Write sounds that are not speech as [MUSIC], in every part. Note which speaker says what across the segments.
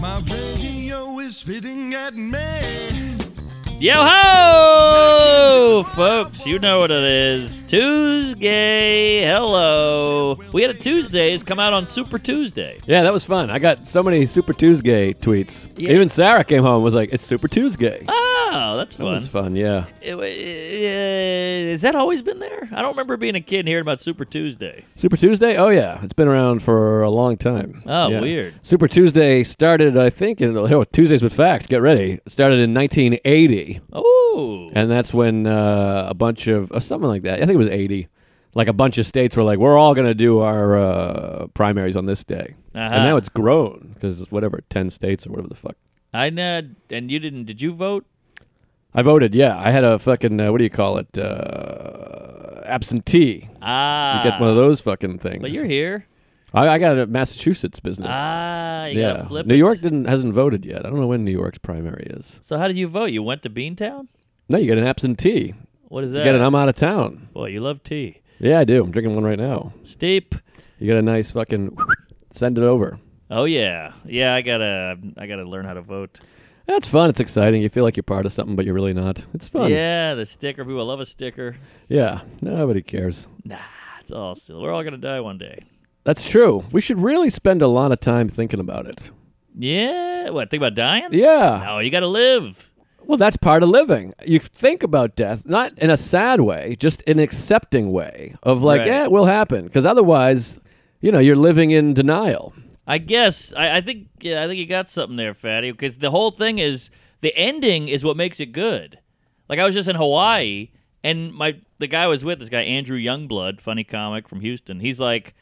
Speaker 1: My radio is spitting at me.
Speaker 2: Yo ho, folks! You know what it is. Tuesday. Hello. We had a Tuesdays come out on Super Tuesday.
Speaker 3: Yeah, that was fun. I got so many Super Tuesday tweets. Even Sarah came home and was like, it's Super Tuesday.
Speaker 2: Oh, that's
Speaker 3: That
Speaker 2: fun.
Speaker 3: was fun, yeah.
Speaker 2: It- it- uh, has that always been there? I don't remember being a kid and hearing about Super Tuesday.
Speaker 3: Super Tuesday? Oh, yeah. It's been around for a long time.
Speaker 2: Oh,
Speaker 3: Yeah.
Speaker 2: weird.
Speaker 3: Super Tuesday started, I think, in oh, Tuesdays with Facts. Get ready. It started in 1980.
Speaker 2: Oh,
Speaker 3: And that's when uh, a bunch of, uh, something like that, I think it was 80, like a bunch of states were like, we're all going to do our uh, primaries on this day.
Speaker 2: Uh-huh.
Speaker 3: And now it's grown because it's whatever, 10 states or whatever the fuck.
Speaker 2: I know. And you didn't? Did you vote?
Speaker 3: I voted, yeah. I had a fucking, uh, what do you call it? Uh, absentee.
Speaker 2: Ah,
Speaker 3: You get one of those fucking things.
Speaker 2: but you're here.
Speaker 3: I, I got a Massachusetts business.
Speaker 2: Ah, you gotta flip
Speaker 3: New
Speaker 2: it.
Speaker 3: York didn't hasn't voted yet. I don't know when New York's primary is.
Speaker 2: So how did you vote? You went to Beantown?
Speaker 3: No, you get an absentee.
Speaker 2: What is that?
Speaker 3: You get an I'm out of town.
Speaker 2: Boy, you love tea.
Speaker 3: Yeah, I do. I'm drinking one right now.
Speaker 2: Steep.
Speaker 3: You get a nice fucking [LAUGHS] send it over.
Speaker 2: Oh yeah, yeah. I gotta, I gotta learn how to vote.
Speaker 3: That's fun. It's exciting. You feel like you're part of something, but you're really not. It's fun.
Speaker 2: Yeah, the sticker. People love a sticker.
Speaker 3: Yeah. Nobody cares.
Speaker 2: Nah, it's all still. We're all gonna die one day.
Speaker 3: That's true. We should really spend a lot of time thinking about it.
Speaker 2: Yeah. What? Think about dying?
Speaker 3: Yeah.
Speaker 2: No, you gotta live.
Speaker 3: Well, that's part of living. You think about death, not in a sad way, just an accepting way of like,
Speaker 2: Right.
Speaker 3: yeah, it will happen. Because otherwise, you know, you're living in denial.
Speaker 2: I guess. I, I think. Yeah, I think you got something there, Fatty. Because the whole thing is the ending is what makes it good. Like I was just in Hawaii, and my the guy I was with this guy Andrew Youngblood, funny comic from Houston. He's like,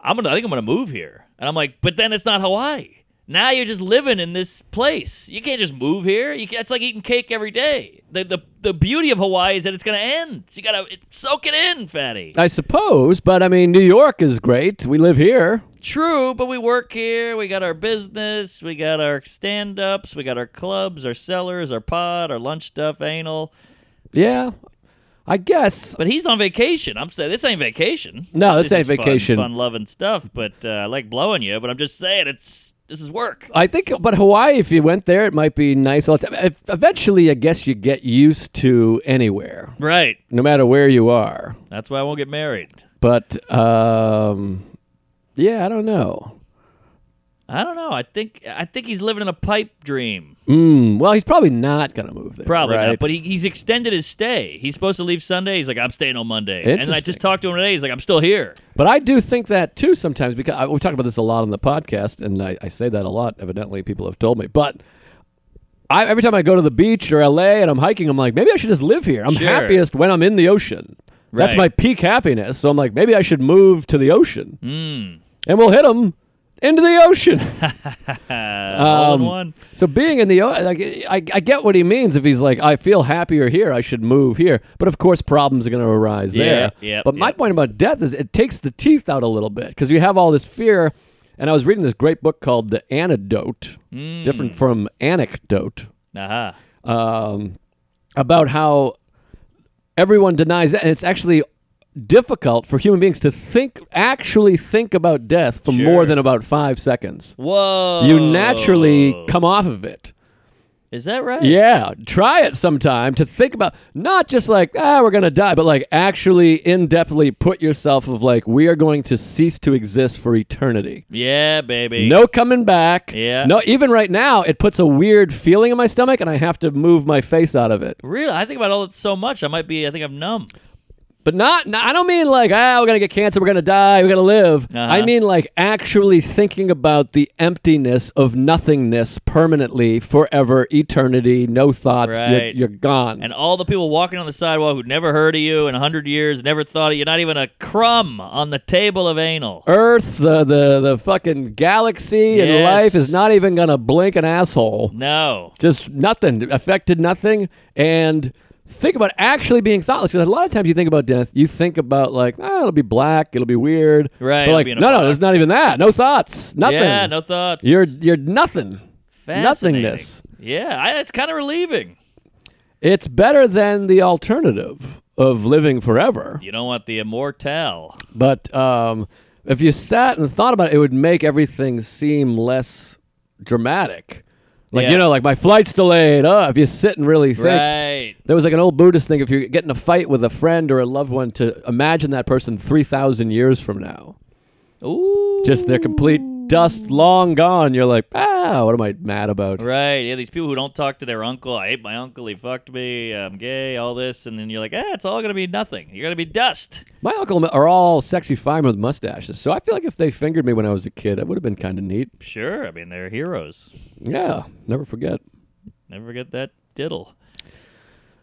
Speaker 2: I'm gonna. I think I'm gonna move here. And I'm like, but then it's not Hawaii. Now you're just living in this place. You can't just move here. You can, it's like eating cake every day. The, the the beauty of Hawaii is that it's gonna end. You gotta it, soak it in, Fatty.
Speaker 3: I suppose, but I mean, New York is great. We live here.
Speaker 2: True, but we work here. We got our business. We got our stand ups. We got our clubs, our cellars, our pod, our lunch stuff, anal.
Speaker 3: Yeah, I guess.
Speaker 2: But he's on vacation. I'm saying this ain't vacation.
Speaker 3: No, this ain't
Speaker 2: is fun,
Speaker 3: vacation.
Speaker 2: Fun loving stuff, but uh, I like blowing you. But I'm just saying, it's this is work.
Speaker 3: I think, but Hawaii, if you went there, it might be nice. all the time. Ev- Eventually, I guess you get used to anywhere,
Speaker 2: Right.
Speaker 3: no matter where you are.
Speaker 2: That's why I won't get married.
Speaker 3: But um, yeah, I don't know.
Speaker 2: I don't know. I think I think he's living in a pipe dream.
Speaker 3: Mm, well, he's probably not gonna move there.
Speaker 2: Probably
Speaker 3: right?
Speaker 2: not. But he, he's extended his stay. He's supposed to leave Sunday. He's like, I'm staying on Monday. And I
Speaker 3: Interesting.
Speaker 2: just talked to him today. He's like, I'm still here.
Speaker 3: But I do think that too sometimes because I, we talk about this a lot on the podcast, and I, I say that a lot. Evidently, people have told me. But I, every time I go to the beach or LA and I'm hiking, I'm like, maybe I should just live here. I'm
Speaker 2: Sure.
Speaker 3: happiest when I'm in the ocean. That's
Speaker 2: Right.
Speaker 3: my peak happiness. So I'm like, maybe I should move to the ocean,
Speaker 2: Mm.
Speaker 3: and we'll hit them into the ocean. [LAUGHS]
Speaker 2: Uh, all in
Speaker 3: Um,
Speaker 2: one.
Speaker 3: so being in the o- like, I, I get what he means if he's like, I feel happier here. I should move here. But of course, problems are going to arise there.
Speaker 2: yeah,
Speaker 3: but my
Speaker 2: yeah.
Speaker 3: point about death is it takes the teeth out a little bit because you have all this fear. And I was reading this great book called The Antidote,
Speaker 2: Mm.
Speaker 3: different from Anecdote,
Speaker 2: Uh-huh.
Speaker 3: um, about how everyone denies it, and it's actually difficult for human beings to think actually think about death for more
Speaker 2: Sure.
Speaker 3: than about five seconds.
Speaker 2: Whoa.
Speaker 3: You
Speaker 2: Oh.
Speaker 3: naturally come off of it.
Speaker 2: Is that right?
Speaker 3: Yeah, try it sometime to think about not just like ah we're gonna die, but like actually in depthly put yourself of like we are going to cease to exist for eternity.
Speaker 2: Yeah, baby.
Speaker 3: No coming back.
Speaker 2: Yeah.
Speaker 3: No, even right now it puts a weird feeling in my stomach, and I have to move my face out of it.
Speaker 2: Really? I think about all that so much. I might be I think I'm numb.
Speaker 3: But not, not- I don't mean like, ah, we're going to get cancer, we're going to die, we're going to live.
Speaker 2: Uh-huh.
Speaker 3: I mean like actually thinking about the emptiness of nothingness permanently, forever, eternity, no thoughts, you're-
Speaker 2: Right.
Speaker 3: you're, gone.
Speaker 2: And all the people walking on the sidewalk who never heard of you in a hundred years, never thought of you, not even a crumb on the table of
Speaker 3: Er
Speaker 2: anal.
Speaker 3: Earth, the, the, the fucking galaxy and
Speaker 2: Yes.
Speaker 3: life is not even going to blink an asshole.
Speaker 2: No.
Speaker 3: just nothing affected nothing and think about actually being thoughtless 'Cause a lot of times you think about death you think about like oh, it'll be black it'll be weird
Speaker 2: Right,
Speaker 3: but
Speaker 2: it'll
Speaker 3: like
Speaker 2: be in a
Speaker 3: no no it's
Speaker 2: box.
Speaker 3: not even that no thoughts nothing
Speaker 2: Yeah, no thoughts.
Speaker 3: you're you're nothing
Speaker 2: Fascinating.
Speaker 3: nothingness
Speaker 2: Yeah, I, it's kind of relieving.
Speaker 3: it's better than the alternative of living forever
Speaker 2: You don't want the immortal.
Speaker 3: but um, if you sat and thought about it it would make everything seem less dramatic like
Speaker 2: Yeah.
Speaker 3: you know like my flight's delayed oh if you sit and really think
Speaker 2: Right.
Speaker 3: There was like an old Buddhist thing if you get in a fight with a friend or a loved one to imagine that person 3,000 years from now.
Speaker 2: Ooh.
Speaker 3: Just their complete dust, long gone. You're like, ah, what am I mad about?
Speaker 2: [LAUGHS] Right. Yeah, these people who don't talk to their uncle. I hate my uncle. He fucked me. I'm gay. All this, and then you're like, ah, it's all gonna be nothing. You're gonna be dust.
Speaker 3: My uncle are all sexy firemen with mustaches. So I feel like if they fingered me when I was a kid, that would have been kind of neat.
Speaker 2: Sure. I mean, they're heroes.
Speaker 3: Yeah, never forget.
Speaker 2: Never forget that diddle.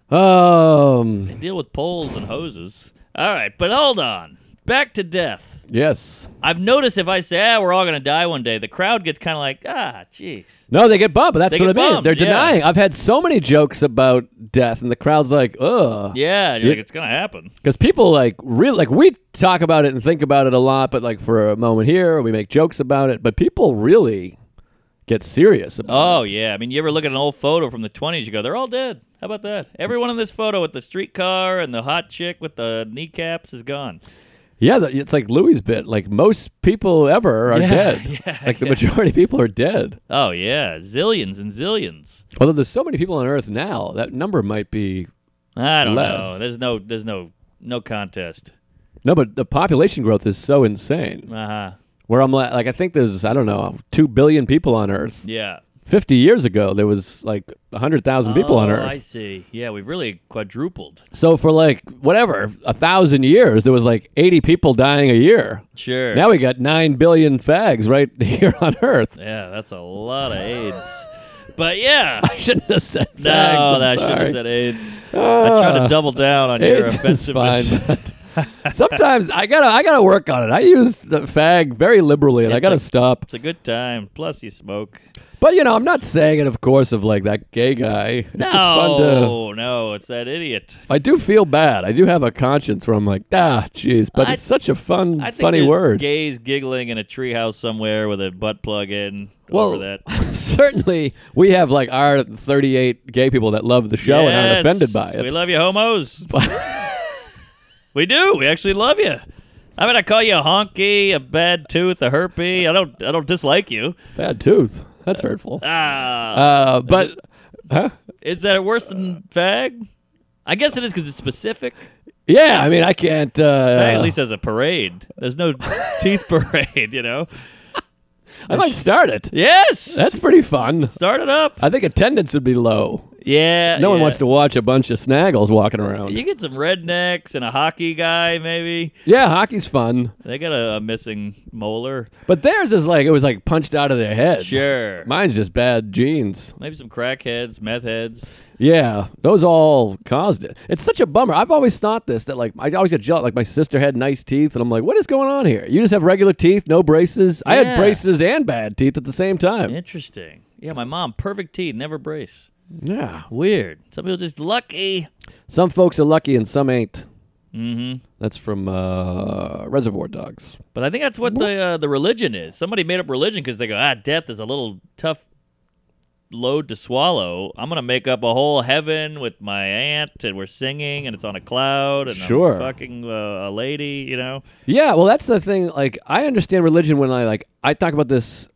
Speaker 3: Um,
Speaker 2: Deal with poles and hoses. All right, but hold on. Back to death.
Speaker 3: yes.
Speaker 2: I've noticed if I say, ah, we're all gonna die one day, the crowd gets kind of like, ah, jeez.
Speaker 3: No, they get bumped. but That's
Speaker 2: They
Speaker 3: what
Speaker 2: get
Speaker 3: I mean.
Speaker 2: bummed,
Speaker 3: They're
Speaker 2: yeah.
Speaker 3: denying. I've had so many jokes about death, and the crowd's like, ugh.
Speaker 2: Yeah, you're
Speaker 3: Yeah.
Speaker 2: like, it's gonna happen.
Speaker 3: because people like real like we talk about it and think about it a lot but like for a moment here we make jokes about it but people really get serious about
Speaker 2: Oh yeah, I mean, you ever look at an old photo from the 20s? You go, they're all dead. How about that? Everyone in this photo with the streetcar and the hot chick with the kneecaps is gone.
Speaker 3: it yeah that- it's like louis bit like most people ever are dead
Speaker 2: [LAUGHS] yeah,
Speaker 3: like the majority of people are dead
Speaker 2: Oh yeah, zillions and zillions.
Speaker 3: although there's so many people on earth now that number might be
Speaker 2: I don't
Speaker 3: Less.
Speaker 2: know. There's no, there's no, no contest.
Speaker 3: no but the population growth is so insane
Speaker 2: Uh huh.
Speaker 3: where i'm like, like i think there's i don't know 2 billion people on earth
Speaker 2: Yeah.
Speaker 3: 50 years ago there was like 100000 people on
Speaker 2: Oh,
Speaker 3: earth
Speaker 2: I see. Yeah, we've really quadrupled.
Speaker 3: So for like whatever a thousand years, there was like eighty people dying a year.
Speaker 2: Sure.
Speaker 3: Now we got nine billion fags right [LAUGHS] here on Earth.
Speaker 2: yeah, that's a lot of AIDS.
Speaker 3: [LAUGHS]
Speaker 2: But yeah.
Speaker 3: I shouldn't have said fags.
Speaker 2: No,
Speaker 3: I'm
Speaker 2: that should
Speaker 3: sorry.
Speaker 2: have said AIDS. I tried to
Speaker 3: Ah.
Speaker 2: double down on your
Speaker 3: AIDS is
Speaker 2: offensiveness.
Speaker 3: fine, but [LAUGHS] Sometimes I gotta I gotta work on it. I use the fag very liberally, and I
Speaker 2: It's
Speaker 3: gotta
Speaker 2: like-
Speaker 3: stop.
Speaker 2: [LAUGHS] It's a good time. Plus, you smoke.
Speaker 3: But you know, I'm not saying it, of course, of like that gay guy. It's just fun to.
Speaker 2: no, no, it's that idiot.
Speaker 3: I do feel bad. I do have a conscience where I'm like, ah, jeez. But
Speaker 2: I-
Speaker 3: it's such a fun,
Speaker 2: I think
Speaker 3: funny
Speaker 2: there's
Speaker 3: word.
Speaker 2: Gays giggling in a treehouse somewhere with a butt plug in.
Speaker 3: well,
Speaker 2: over
Speaker 3: [LAUGHS]
Speaker 2: that.
Speaker 3: certainly we have like our 38 gay people that love the show and aren't
Speaker 2: Yes,
Speaker 3: offended by
Speaker 2: We
Speaker 3: it.
Speaker 2: love
Speaker 3: [LAUGHS]
Speaker 2: you, homos. we do. We actually love you. I mean, I call you a honky, a bad tooth, a herpy. I don't. I don't dislike you.
Speaker 3: Bad tooth. That's hurtful.
Speaker 2: Ah,
Speaker 3: Uh, but huh?
Speaker 2: is that worse than fag? I guess it is because it's specific.
Speaker 3: yeah, I mean, I can't.
Speaker 2: Fag
Speaker 3: Uh,
Speaker 2: at least has a parade. There's no teeth [LAUGHS] parade, you know.
Speaker 3: I might start it.
Speaker 2: Yes,
Speaker 3: That's pretty fun.
Speaker 2: start it up.
Speaker 3: I think attendance would be low.
Speaker 2: Yeah,
Speaker 3: No one
Speaker 2: yeah.
Speaker 3: wants to watch a bunch of snaggles walking around.
Speaker 2: You get some rednecks and a hockey guy, maybe.
Speaker 3: yeah, hockey's fun,
Speaker 2: They got a, a missing molar.
Speaker 3: but theirs is like it was like punched out of their head.
Speaker 2: Sure.
Speaker 3: Mine's just bad genes.
Speaker 2: Maybe some crackheads, meth heads.
Speaker 3: Yeah, those all caused it. It's such a bummer. I've always thought this that like I always get jealous. Like my sister had nice teeth, and I'm like, what is going on here? You just have regular teeth, no braces. I
Speaker 2: Yeah.
Speaker 3: had braces and bad teeth at the same time.
Speaker 2: Interesting. Yeah, my mom, perfect teeth, never brace.
Speaker 3: Yeah,
Speaker 2: Weird. Some people just lucky.
Speaker 3: some folks are lucky and some ain't.
Speaker 2: hmm
Speaker 3: That's from uh, Reservoir Dogs.
Speaker 2: But I think that's what the uh, the religion is. Somebody made up religion because they go, ah, death is a little tough load to swallow. I'm gonna make up a whole heaven with my aunt, and we're singing, and it's on a cloud, and
Speaker 3: Sure.
Speaker 2: I'm fucking uh, a lady, you know.
Speaker 3: Yeah, well, that's the thing. Like, I understand religion when I like I talk about this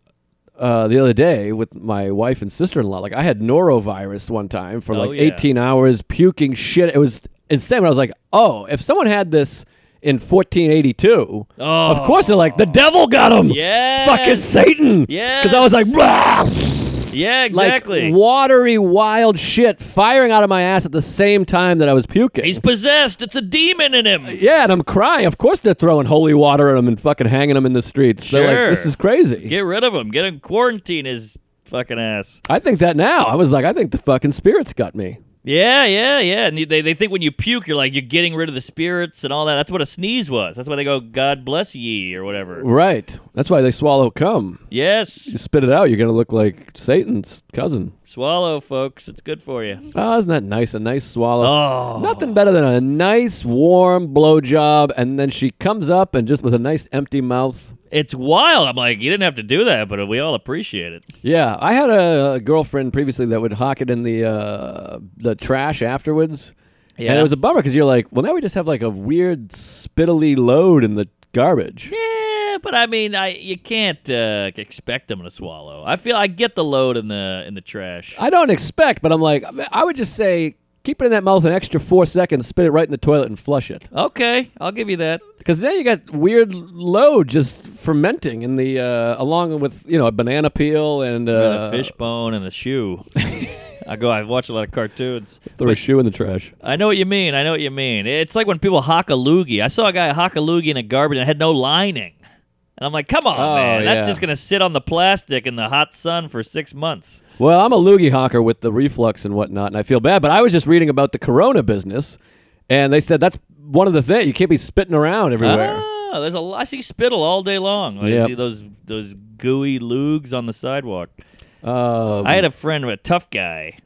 Speaker 3: uh, the other day with my wife and sister in law. Like, I had norovirus one time for like
Speaker 2: Oh, yeah.
Speaker 3: eighteen hours, puking shit. It was insane. I was like, oh, if someone had this in fourteen eighty two,
Speaker 2: Oh.
Speaker 3: of course they're like the devil got him.
Speaker 2: Yes.
Speaker 3: fucking Satan. because I was like,
Speaker 2: Yes.
Speaker 3: "Rah!"
Speaker 2: Yeah, exactly.
Speaker 3: Like watery, wild shit firing out of my ass at the same time that I was puking.
Speaker 2: He's possessed. It's a demon in him.
Speaker 3: yeah, and I'm crying. Of course, they're throwing holy water at him and fucking hanging him in the streets. They're
Speaker 2: Sure.
Speaker 3: like, this is crazy.
Speaker 2: Get rid of him. Get him quarantine his fucking ass.
Speaker 3: I think that now. I was like, I think the fucking spirits got me.
Speaker 2: Yeah, yeah, yeah. And they, they think when you puke, you're like you're getting rid of the spirits and all that. That's what a sneeze was. That's why they go, "God bless ye" or whatever.
Speaker 3: Right. That's why they swallow cum.
Speaker 2: Yes,
Speaker 3: You spit it out, you're gonna look like Satan's cousin.
Speaker 2: swallow, folks. It's good for you.
Speaker 3: Oh, isn't that nice? A nice swallow.
Speaker 2: Oh,
Speaker 3: Nothing better than a nice warm blowjob, and then she comes up and just with a nice empty mouth.
Speaker 2: it's wild. I'm like, you didn't have to do that, but we all appreciate it.
Speaker 3: Yeah, I had a, a girlfriend previously that would hock it in the uh, the trash afterwards, and
Speaker 2: Yeah.
Speaker 3: it was a bummer because you're like, well, now we just have like a weird spittly load in the garbage.
Speaker 2: Yeah, but I mean, I you can't uh, expect them to swallow. I feel I get the load in the in the trash.
Speaker 3: I don't expect, but I'm like, I would just say keep it in that mouth an extra four seconds, spit it right in the toilet, and flush it.
Speaker 2: Okay, I'll give you that.
Speaker 3: Because now you got weird load just fermenting in the uh, along with you know a banana peel and
Speaker 2: And
Speaker 3: uh,
Speaker 2: a fish bone and a shoe. I go. I watch a lot of cartoons.
Speaker 3: Throw a shoe in the trash.
Speaker 2: I know what you mean. I know what you mean. It's like when people hock a loogie. I saw a guy hock a loogie in a garbage and had no lining. And I'm like, come on,
Speaker 3: Oh,
Speaker 2: man. That's
Speaker 3: yeah.
Speaker 2: just going to sit on the plastic in the hot sun for six months.
Speaker 3: Well, I'm a loogie hawker with the reflux and whatnot, and I feel bad. But I was just reading about the corona business, and they said that's one of the things you can't be spitting around everywhere.
Speaker 2: Ah, there's a, lo- I see spittle all day long. I
Speaker 3: Yep.
Speaker 2: see those, those gooey loogs on the sidewalk.
Speaker 3: Uh,
Speaker 2: I had a friend, a tough guy,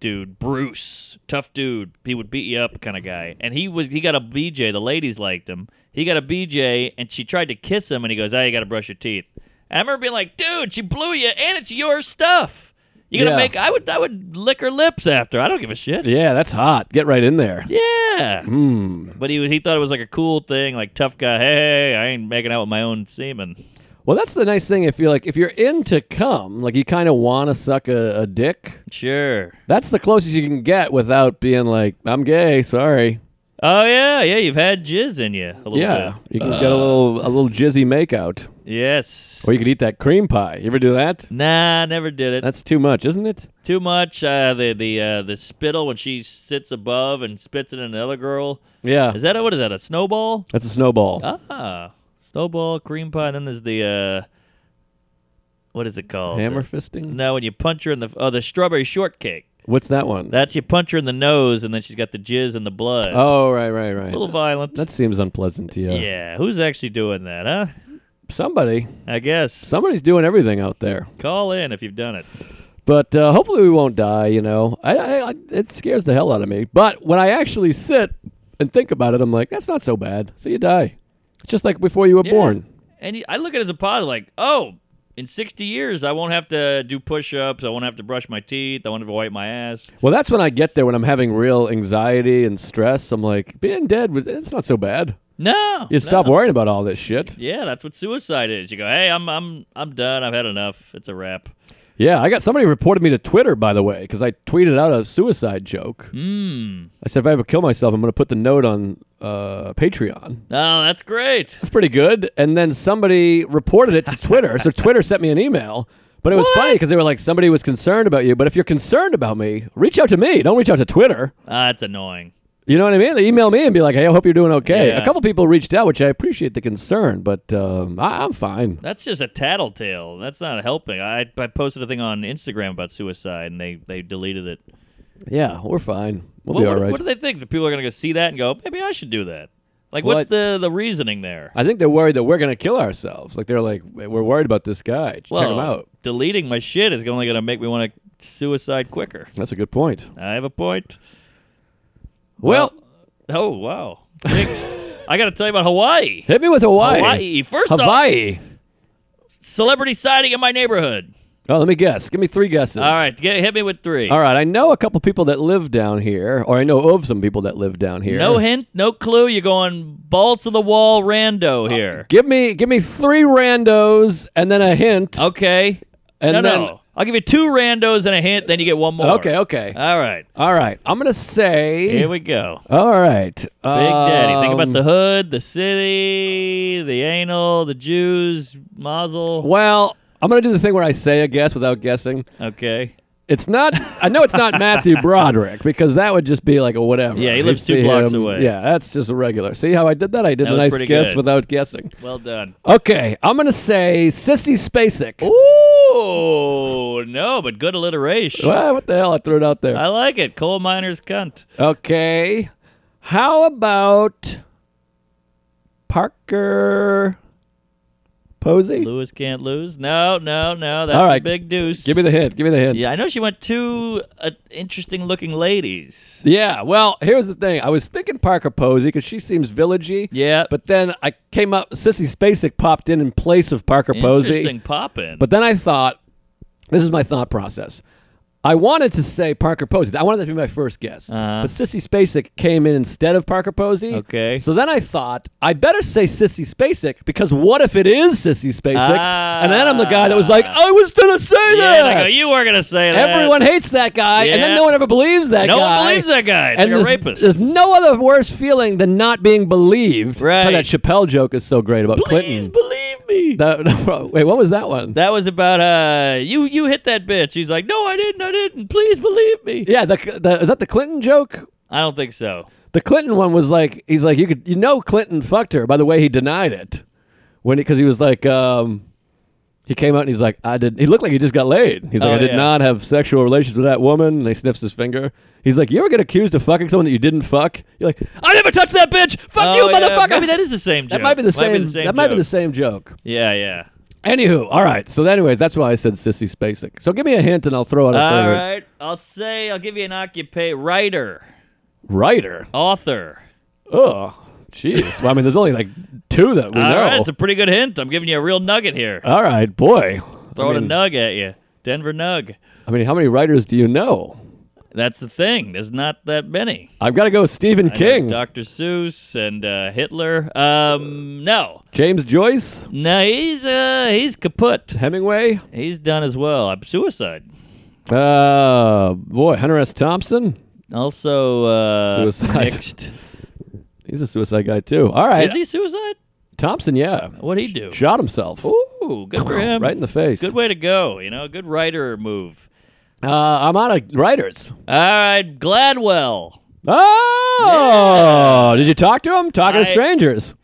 Speaker 2: dude, Bruce, tough dude. He would beat you up, kind of guy. And he was he got a BJ. The ladies liked him. He got a BJ, and she tried to kiss him, and he goes, "Ah, you got to brush your teeth." And I remember being like, "Dude, she blew you, and it's your stuff. You gonna
Speaker 3: Yeah.
Speaker 2: make? I would, I would lick her lips after. I don't give a shit."
Speaker 3: yeah, that's hot. Get right in there.
Speaker 2: Yeah.
Speaker 3: Hmm.
Speaker 2: But he he thought it was like a cool thing, like tough guy. Hey, I ain't making out with my own semen.
Speaker 3: Well, that's the nice thing. If you're like, if you're into cum, like you kind of want to suck a, a dick.
Speaker 2: Sure.
Speaker 3: That's the closest you can get without being like, I'm gay. Sorry.
Speaker 2: Oh yeah, yeah. You've had jizz in you a little
Speaker 3: Yeah,
Speaker 2: bit.
Speaker 3: you can get a little a little jizzy makeout,
Speaker 2: Yes.
Speaker 3: or you could eat that cream pie. You ever do that?
Speaker 2: Nah, never did it.
Speaker 3: That's too much, isn't it?
Speaker 2: Too much. Uh, the the uh, the spittle when she sits above and spits at another girl.
Speaker 3: Yeah,
Speaker 2: Is that a, what is that? A snowball?
Speaker 3: that's a snowball.
Speaker 2: Ah, snowball, cream pie. And then there's the uh, what is it called?
Speaker 3: Hammer fisting.
Speaker 2: No, when you punch her in the oh the strawberry shortcake.
Speaker 3: What's that one?
Speaker 2: That's you punch her in the nose and then she's got the jizz and the blood.
Speaker 3: oh, uh, right, right,
Speaker 2: a little
Speaker 3: right.
Speaker 2: violent.
Speaker 3: That seems unpleasant. Yeah.
Speaker 2: yeah. Who's actually doing that? Huh?
Speaker 3: Somebody,
Speaker 2: I guess.
Speaker 3: somebody's doing everything out there.
Speaker 2: Call in if you've done it.
Speaker 3: But uh, hopefully we won't die. You know, I, I, I it scares the hell out of me. But when I actually sit and think about it, I'm like, that's not so bad. So you die. It's just like before you were
Speaker 2: Yeah.
Speaker 3: born.
Speaker 2: And you- I look at it as a positive, like, oh, in 60 years, I won't have to do push ups. I won't have to brush my teeth. I won't have to wipe my ass.
Speaker 3: Well, that's when I get there when I'm having real anxiety and stress. I'm like, being dead was it's not so bad.
Speaker 2: No.
Speaker 3: You stop
Speaker 2: no.
Speaker 3: worrying about all this shit.
Speaker 2: Yeah, that's what suicide is. You go, hey, I'm, I'm, I'm done. I've had enough. It's a wrap.
Speaker 3: Yeah, I got somebody reported me to Twitter by the way because I tweeted out a suicide joke.
Speaker 2: Mm.
Speaker 3: I said if I ever kill myself, I'm gonna put the note on uh, Patreon.
Speaker 2: Oh, that's great.
Speaker 3: That's pretty good. And then somebody reported it to Twitter, so Twitter sent me an email. But it was funny because they were like, somebody was concerned about you. But if you're concerned about me, reach out to me. Don't reach out to Twitter.
Speaker 2: Ah, that's annoying.
Speaker 3: You know what I mean? They email me and be like, "Hey, I hope you're doing okay."
Speaker 2: Yeah.
Speaker 3: A couple people reached out, which I appreciate the concern, but um, I- I'm fine.
Speaker 2: That's just a tattletale. That's not helping. I, I posted a thing on Instagram about suicide, and they, they deleted it.
Speaker 3: Yeah, we're fine. We'll
Speaker 2: What,
Speaker 3: be all
Speaker 2: what,
Speaker 3: right.
Speaker 2: what do they think? That people are going to go see that and go, maybe I should do that. Like,
Speaker 3: Well,
Speaker 2: what's
Speaker 3: I-
Speaker 2: the, the reasoning there?
Speaker 3: I think they're worried that we're gonna kill ourselves. Like they're like, we're worried about this guy. Check
Speaker 2: Well,
Speaker 3: him out.
Speaker 2: Deleting my shit is only going to make me want to suicide quicker.
Speaker 3: That's a good point.
Speaker 2: I have a point.
Speaker 3: Well,
Speaker 2: Oh wow,
Speaker 3: [LAUGHS]
Speaker 2: thanks. I got to tell you about Hawaii.
Speaker 3: hit me with Hawaii.
Speaker 2: Hawaii. First off,
Speaker 3: Hawaii.
Speaker 2: celebrity sighting in my neighborhood.
Speaker 3: Oh, let me guess. Give me three guesses.
Speaker 2: All right, get, hit me with three.
Speaker 3: All right. I know a couple people that live down here, or I know of some people that live down here.
Speaker 2: No hint, no clue. You're going balls to the wall, rando
Speaker 3: Uh,
Speaker 2: here.
Speaker 3: Give me, give me three randos and then a hint.
Speaker 2: Okay.
Speaker 3: And
Speaker 2: no,
Speaker 3: then-
Speaker 2: no. I'll give you two randos and a hint. Then you get one more.
Speaker 3: Okay. Okay.
Speaker 2: All right.
Speaker 3: All right. I'm gonna say.
Speaker 2: Here we go.
Speaker 3: All right.
Speaker 2: Big Daddy. Think about
Speaker 3: Um,
Speaker 2: the hood, the city, the anal, the Jews, Mazel.
Speaker 3: um, Well, I'm gonna do the thing where I say a guess without guessing.
Speaker 2: Okay.
Speaker 3: It's not. [LAUGHS] I know it's not Matthew Broderick because that would just be like a whatever.
Speaker 2: Yeah, he
Speaker 3: You
Speaker 2: lives two
Speaker 3: see
Speaker 2: blocks away.
Speaker 3: Yeah, that's just a regular. See how I did that? I did
Speaker 2: That
Speaker 3: a
Speaker 2: was
Speaker 3: nice
Speaker 2: pretty
Speaker 3: guess
Speaker 2: good.
Speaker 3: without guessing.
Speaker 2: Well done.
Speaker 3: Okay, I'm gonna say Sissy Spacek.
Speaker 2: Oh, Ooh, no, but good alliteration.
Speaker 3: Well, Ah, what the hell? I threw it out there.
Speaker 2: I like it. Coal miner's cunt.
Speaker 3: Okay. How about Parker Posey?
Speaker 2: Lewis can't lose. No, no, no. That's
Speaker 3: All
Speaker 2: a
Speaker 3: right.
Speaker 2: big deuce.
Speaker 3: Give me the hint. Give me the hint.
Speaker 2: Yeah, I know she went two uh, interesting looking ladies.
Speaker 3: Yeah, Well, here's the thing. I was thinking Parker Posey because she seems villagey.
Speaker 2: Yeah.
Speaker 3: But then I came up. Sissy Spacek popped in in place of Parker Posey.
Speaker 2: interesting pop in.
Speaker 3: But then I thought, this is my thought process. I wanted to say Parker Posey. I wanted that to be my first guess.
Speaker 2: Uh-huh.
Speaker 3: But Sissy Spacek came in instead of Parker Posey.
Speaker 2: Okay.
Speaker 3: So then I thought, I better say Sissy Spacek because what if it is Sissy Spacek? and then I'm the guy that was like, I was going to say
Speaker 2: Ah. yeah, and
Speaker 3: that.
Speaker 2: I go, you were gonna say that.
Speaker 3: Everyone hates that guy. And then
Speaker 2: Yeah.
Speaker 3: no one ever believes that
Speaker 2: No
Speaker 3: guy.
Speaker 2: one believes that guy. It's
Speaker 3: and
Speaker 2: like a
Speaker 3: there's,
Speaker 2: rapist.
Speaker 3: there's no other worse feeling than not being believed. That's
Speaker 2: Right.
Speaker 3: why That Chappelle joke is so great about
Speaker 2: Please
Speaker 3: Clinton.
Speaker 2: believe me.
Speaker 3: That- [LAUGHS] wait, what was that one?
Speaker 2: That was about uh you you hit that bitch. He's like, No, I didn't, I didn't. Please believe me.
Speaker 3: Yeah, the, the is that the Clinton joke?
Speaker 2: I don't think so.
Speaker 3: The Clinton one was like he's like you could you know Clinton fucked her by the way he denied it when because he was like um he came out and he's like I did he looked like he just got laid he's like
Speaker 2: Oh,
Speaker 3: I did
Speaker 2: yeah.
Speaker 3: not have sexual relations with that woman and he sniffs his finger he's like you ever get accused of fucking someone that you didn't fuck you're like I never touched that bitch fuck
Speaker 2: Oh,
Speaker 3: you
Speaker 2: yeah,
Speaker 3: motherfucker
Speaker 2: Maybe that is the same joke.
Speaker 3: that might be the same, that might be the
Speaker 2: joke.
Speaker 3: same joke
Speaker 2: Yeah, yeah.
Speaker 3: anywho all right so anyways that's why I said sissy Spacek so give me a hint and I'll throw out a
Speaker 2: All
Speaker 3: favorite
Speaker 2: right. I'll say I'll give you an occupation writer,
Speaker 3: writer
Speaker 2: author.
Speaker 3: oh jeez well, I mean there's only like two that we
Speaker 2: All
Speaker 3: know
Speaker 2: right, it's a pretty good hint. I'm giving you a real nugget here.
Speaker 3: All right, boy.
Speaker 2: Throwing
Speaker 3: Uh, I mean,
Speaker 2: a nug at you. Denver nug.
Speaker 3: I mean, how many writers do you know?
Speaker 2: That's the thing. There's not that many.
Speaker 3: I've got to go Stephen
Speaker 2: I know
Speaker 3: King,
Speaker 2: Dr. Seuss and uh, Hitler. Um, no,
Speaker 3: James Joyce,
Speaker 2: no, he's uh, he's kaput.
Speaker 3: Hemingway.
Speaker 2: He's done as well. I'm suicide.
Speaker 3: Uh, boy, Hunter S. Thompson.
Speaker 2: Also, uh,
Speaker 3: Suicide.
Speaker 2: mixed.
Speaker 3: [LAUGHS] He's a suicide guy too. All right,
Speaker 2: Is he suicide?
Speaker 3: Thompson, yeah.
Speaker 2: What'd he do?
Speaker 3: Shot himself.
Speaker 2: Ooh, good for him.
Speaker 3: Right in the face.
Speaker 2: Good way to go. You know, good writer move.
Speaker 3: Uh, I'm out of writers.
Speaker 2: All right, Gladwell.
Speaker 3: Oh, did you talk to him? Talking to
Speaker 2: I-
Speaker 3: strangers.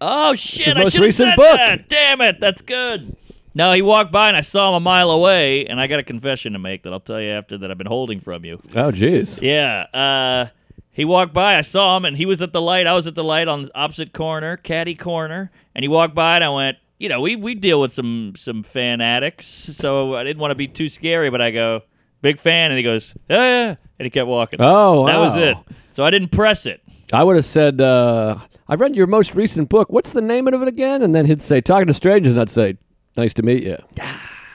Speaker 2: Oh shit!
Speaker 3: his
Speaker 2: I
Speaker 3: most
Speaker 2: should have
Speaker 3: recent
Speaker 2: said
Speaker 3: book.
Speaker 2: that. Damn it! That's good. No, he walked by and I saw him a mile away, and I got a confession to make that I'll tell you after that I've been holding from you.
Speaker 3: Oh, jeez.
Speaker 2: Yeah. Uh, he walked by. I saw him, and he was at the light. I was at the light on the opposite corner, caddy corner. And he walked by, and I went, you know, we, we deal with some some fan addicts, so I didn't want to be too scary. But I go, big fan, and he goes, yeah, yeah, and he kept walking.
Speaker 3: Oh,
Speaker 2: that was
Speaker 3: wow.
Speaker 2: it. So I didn't press it.
Speaker 3: I would have said, uh, I read your most recent book. What's the name of it again? And then he'd say, Talking to Strangers, and I'd say, Nice to meet you.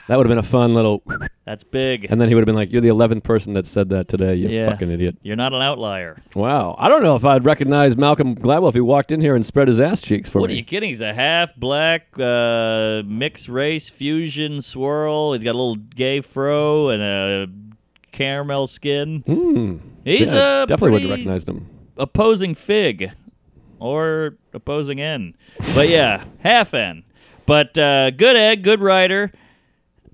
Speaker 3: That would have been a fun little.
Speaker 2: That's big.
Speaker 3: And then he would have been like, You're the 11th person that said that today, you
Speaker 2: Yeah.
Speaker 3: fucking idiot.
Speaker 2: You're not an outlier.
Speaker 3: Wow. I don't know if I'd recognize Malcolm Gladwell if he walked in here and spread his ass cheeks for
Speaker 2: What are
Speaker 3: me.
Speaker 2: you kidding? He's a half black, uh, mixed race, fusion swirl. He's got a little gay fro and a caramel skin. He's
Speaker 3: Hmm. Yeah,
Speaker 2: a
Speaker 3: definitely
Speaker 2: pretty
Speaker 3: wouldn't recognize him.
Speaker 2: opposing fig or opposing N. But yeah, half N. But uh, good egg, good writer.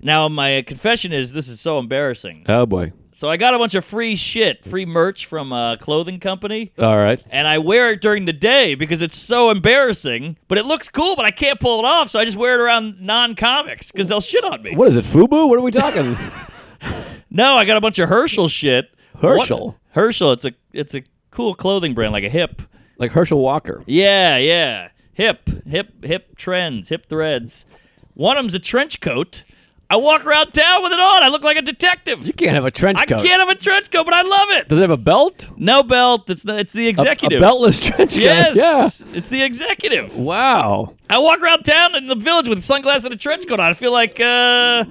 Speaker 2: Now, my confession is this is so embarrassing.
Speaker 3: Oh, boy.
Speaker 2: So, I got a bunch of free shit, free merch from a clothing company
Speaker 3: All right.
Speaker 2: and I wear it during the day because it's so embarrassing. But it looks cool, but I can't pull it off, so I just wear it around non-comics because they'll shit on me.
Speaker 3: What is it, Fubu? What are we talking?
Speaker 2: [LAUGHS] No, I got a bunch of Herschel shit.
Speaker 3: Herschel?
Speaker 2: What- Herschel. It's a it's a cool clothing brand, like a hip.
Speaker 3: like Herschel Walker.
Speaker 2: Yeah, yeah. Hip, hip, hip trends, hip threads. One of them's a trench coat. I walk around town with it on. I look like a detective.
Speaker 3: You can't have a trench
Speaker 2: I
Speaker 3: coat.
Speaker 2: can't have a trench coat, but I love it.
Speaker 3: Does it have a belt?
Speaker 2: No belt. It's the, it's the
Speaker 3: A-
Speaker 2: executive.
Speaker 3: A, beltless [LAUGHS] trench coat.
Speaker 2: Yes,
Speaker 3: Yeah.
Speaker 2: it's the executive.
Speaker 3: Wow.
Speaker 2: I walk around town in the village with sunglasses and a trench coat on. I feel like, uh,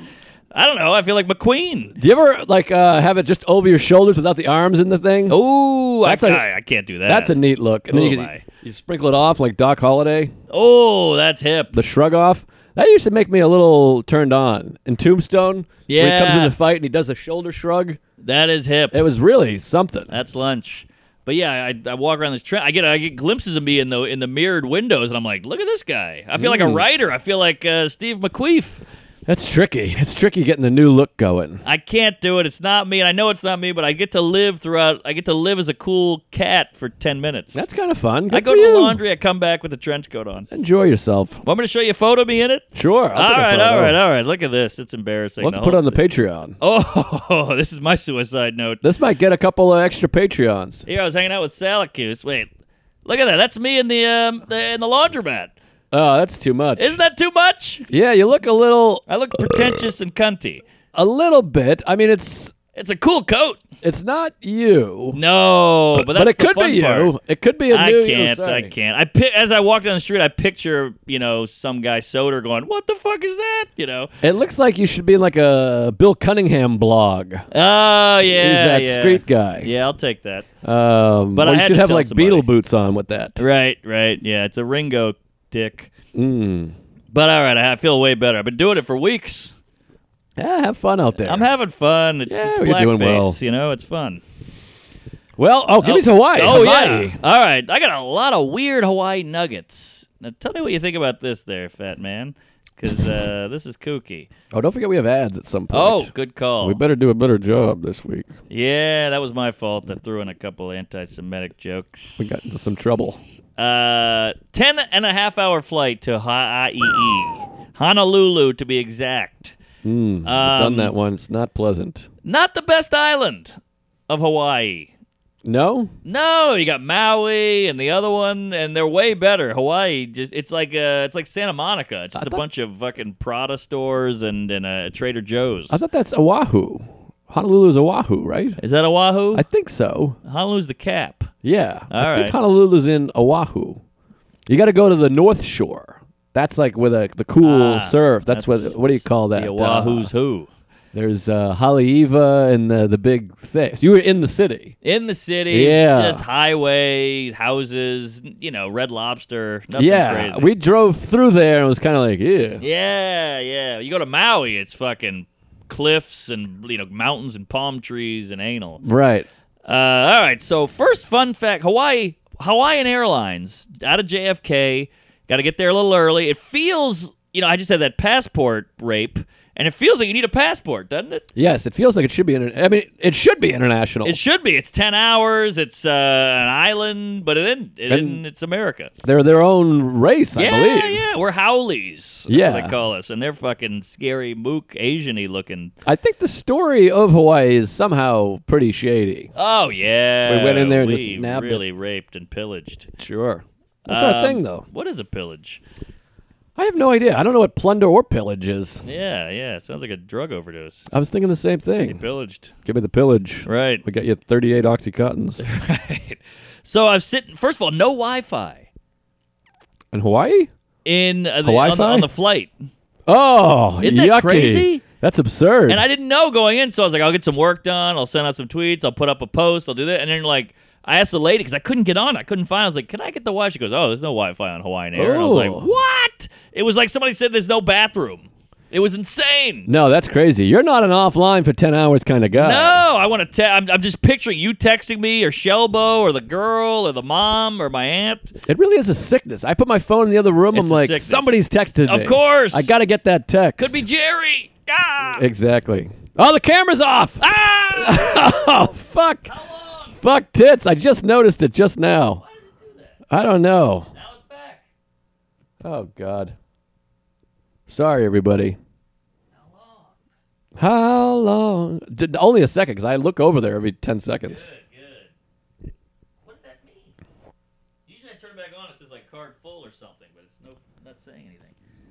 Speaker 2: I don't know. I feel like McQueen.
Speaker 3: Do you ever like uh, have it just over your shoulders without the arms in the thing?
Speaker 2: Oh, I,
Speaker 3: That's a-
Speaker 2: I- I can't do that.
Speaker 3: That's a neat look. And then you,
Speaker 2: Oh,
Speaker 3: can,
Speaker 2: my.
Speaker 3: you sprinkle it off like Doc Holliday,
Speaker 2: oh, that's hip.
Speaker 3: the shrug off. That used to make me a little turned on. In Tombstone, when he comes in
Speaker 2: Yeah.
Speaker 3: the fight and he does a shoulder shrug,
Speaker 2: That is hip.
Speaker 3: it was really something.
Speaker 2: That's lunch. But yeah, I, I walk around this trench. I get I get glimpses of me in the in the mirrored windows, and I'm like, look at this guy. I feel like a writer. I feel like uh, Steve McQueef.
Speaker 3: That's tricky. It's tricky getting the new look going.
Speaker 2: I can't do it. It's not me. And I know it's not me, but I get to live throughout. I get to live as a cool cat for 10 minutes.
Speaker 3: That's kind of fun. Good
Speaker 2: I go
Speaker 3: for
Speaker 2: to the
Speaker 3: you.
Speaker 2: laundry. I come back with a trench coat on.
Speaker 3: Enjoy yourself.
Speaker 2: Want me to show you a photo of me in it?
Speaker 3: Sure. I'll
Speaker 2: all
Speaker 3: take a
Speaker 2: right,
Speaker 3: photo.
Speaker 2: all right, all right. Look at this. It's embarrassing.
Speaker 3: We'll have to put it
Speaker 2: whole
Speaker 3: on the
Speaker 2: thing.
Speaker 3: Patreon.
Speaker 2: Oh, [LAUGHS] this is my suicide note.
Speaker 3: This might get a couple of extra Patreons.
Speaker 2: Here I was hanging out with Salacuse. Wait, look at that. That's me in the um the, in the laundromat.
Speaker 3: Oh, that's too much.
Speaker 2: Isn't that too much?
Speaker 3: yeah, you look a little,
Speaker 2: I look pretentious and cunty.
Speaker 3: a little bit. I mean, it's
Speaker 2: It's a cool coat.
Speaker 3: it's not you,
Speaker 2: No, but that's
Speaker 3: but it
Speaker 2: the
Speaker 3: could
Speaker 2: fun
Speaker 3: be
Speaker 2: part.
Speaker 3: you. It could be a
Speaker 2: I
Speaker 3: new
Speaker 2: can't.
Speaker 3: you.
Speaker 2: I
Speaker 3: Sorry.
Speaker 2: can't. I pi- as I walk down the street, I picture you know some guy Soder going, "What the fuck is that?" You know.
Speaker 3: It looks like you should be in like a Bill Cunningham blog.
Speaker 2: Oh yeah.
Speaker 3: He's that
Speaker 2: yeah.
Speaker 3: street guy.
Speaker 2: Yeah, I'll take that.
Speaker 3: Um,
Speaker 2: But
Speaker 3: well,
Speaker 2: I
Speaker 3: you
Speaker 2: had
Speaker 3: should
Speaker 2: to
Speaker 3: have
Speaker 2: tell
Speaker 3: like
Speaker 2: somebody.
Speaker 3: beetle boots on with that.
Speaker 2: Right, right. Yeah, it's a Ringo dick.
Speaker 3: Mm.
Speaker 2: But all right, I I feel way better. I've been doing it for weeks.
Speaker 3: Yeah, have fun out there.
Speaker 2: I'm having fun. It's,
Speaker 3: Yeah,
Speaker 2: it's
Speaker 3: you're doing
Speaker 2: blackface,
Speaker 3: well.
Speaker 2: You know, it's fun.
Speaker 3: well, oh, give me some Hawaii.
Speaker 2: Oh
Speaker 3: Hawaii.
Speaker 2: yeah. All right, I got a lot of weird Hawaii nuggets. Now tell me what you think about this, there, fat man, because uh, [LAUGHS] this is kooky.
Speaker 3: Oh, don't forget we have ads at some point.
Speaker 2: Oh, good call.
Speaker 3: we better do a better job this week.
Speaker 2: Yeah, that was my fault. I threw in a couple anti-Semitic jokes.
Speaker 3: We got into some trouble.
Speaker 2: Uh, ten and a half hour flight to Haie, Honolulu to be exact.
Speaker 3: Mm, I've
Speaker 2: Um,
Speaker 3: done that one. It's not pleasant.
Speaker 2: Not the best island of Hawaii.
Speaker 3: No,
Speaker 2: No, you got Maui and the other one, and they're way better. Hawaii, just it's like uh, it's like Santa Monica. It's just a
Speaker 3: thought-
Speaker 2: bunch of fucking Prada stores and and a Trader Joe's.
Speaker 3: I thought that's Oahu. Honolulu is Oahu, right?
Speaker 2: Is that Oahu?
Speaker 3: I think so.
Speaker 2: Honolulu's the cap.
Speaker 3: Yeah. I
Speaker 2: All
Speaker 3: think
Speaker 2: right.
Speaker 3: Honolulu's in Oahu. You got to go to the North Shore. That's like where the, the cool
Speaker 2: Ah,
Speaker 3: surf. That's,
Speaker 2: that's
Speaker 3: what what do you call that?
Speaker 2: The Oahu's
Speaker 3: Uh,
Speaker 2: who?
Speaker 3: there's uh, Haleiwa and the the big thing. So you were in the city.
Speaker 2: In the city,
Speaker 3: Yeah.
Speaker 2: just highway, houses, you know, Red Lobster, nothing
Speaker 3: yeah,
Speaker 2: crazy.
Speaker 3: we drove through there and it was kind of like, yeah.
Speaker 2: yeah, yeah. You go to Maui, it's fucking cliffs and you know mountains and palm trees and anal.
Speaker 3: Right.
Speaker 2: Uh, all right. So first fun fact: Hawaii, Hawaiian Airlines out of JFK. Got to get there a little early. It feels, you know, I just had that passport rape, and it feels like you need a passport, doesn't it?
Speaker 3: Yes, it feels like it should be. Inter- I mean, it should be international.
Speaker 2: It should be. It's ten hours. It's uh, an island, but it isn't. It
Speaker 3: And-
Speaker 2: isn't. It's America.
Speaker 3: They're their own race, I
Speaker 2: yeah,
Speaker 3: believe.
Speaker 2: yeah. We're Howleys. That's
Speaker 3: Yeah.
Speaker 2: what they call us, and they're fucking scary, mook, Asiany looking.
Speaker 3: I think the story of Hawaii is somehow pretty shady.
Speaker 2: Oh yeah.
Speaker 3: We went in there and
Speaker 2: We
Speaker 3: just nabbed it.
Speaker 2: really raped and pillaged.
Speaker 3: Sure. That's
Speaker 2: Um,
Speaker 3: our thing, though.
Speaker 2: What is a pillage?
Speaker 3: I have no idea. I don't know what plunder or pillage is.
Speaker 2: Yeah, yeah. Sounds like a drug overdose.
Speaker 3: I was thinking the same
Speaker 2: They
Speaker 3: thing.
Speaker 2: pillaged.
Speaker 3: Give me the pillage.
Speaker 2: Mm-hmm. Right.
Speaker 3: We got you 38
Speaker 2: [LAUGHS]
Speaker 3: Oxycontins.
Speaker 2: Right. So I'm sitting. First of all, no Wi-Fi
Speaker 3: In Hawaii?
Speaker 2: in uh, the,
Speaker 3: Hawaii
Speaker 2: on, the,
Speaker 3: Fi?
Speaker 2: on the flight,
Speaker 3: Oh,
Speaker 2: Isn't that
Speaker 3: yucky.
Speaker 2: crazy?
Speaker 3: That's absurd.
Speaker 2: and I didn't know going in. So I was like, I'll get some work done. I'll send out some tweets. I'll put up a post. I'll do that. And then like. I asked the lady because I couldn't get on. I couldn't find. I was like, "Can I get the Wi?" She goes, "Oh, there's no Wi-Fi on Hawaiian Air." And I was like,
Speaker 3: Oh.
Speaker 2: "What?" It was like somebody said, "There's no bathroom." It was insane.
Speaker 3: no, that's crazy. You're not an offline for 10 hours kind of guy.
Speaker 2: No, I want to. Te- I'm, I'm just picturing you texting me, or Shelbo, or the girl, or the mom, or my aunt.
Speaker 3: It really is a sickness. I put my phone in the other room.
Speaker 2: It's
Speaker 3: I'm
Speaker 2: a
Speaker 3: like,
Speaker 2: sickness.
Speaker 3: somebody's texted
Speaker 2: Of
Speaker 3: me.
Speaker 2: course.
Speaker 3: I got to get that text.
Speaker 2: Could be Jerry.
Speaker 3: [LAUGHS]
Speaker 2: Ah!
Speaker 3: Exactly. Oh, the camera's off. [LAUGHS]
Speaker 2: ah!
Speaker 3: oh, fuck. Fuck tits. I just noticed it just now. I don't know.
Speaker 2: Now it's back.
Speaker 3: Oh God. Sorry, everybody. How long? Did, only a second, because I look over there every ten seconds.
Speaker 2: Good, good. What does that mean? Usually I turn it back on, it says like card full or something, but it's no, not saying anything.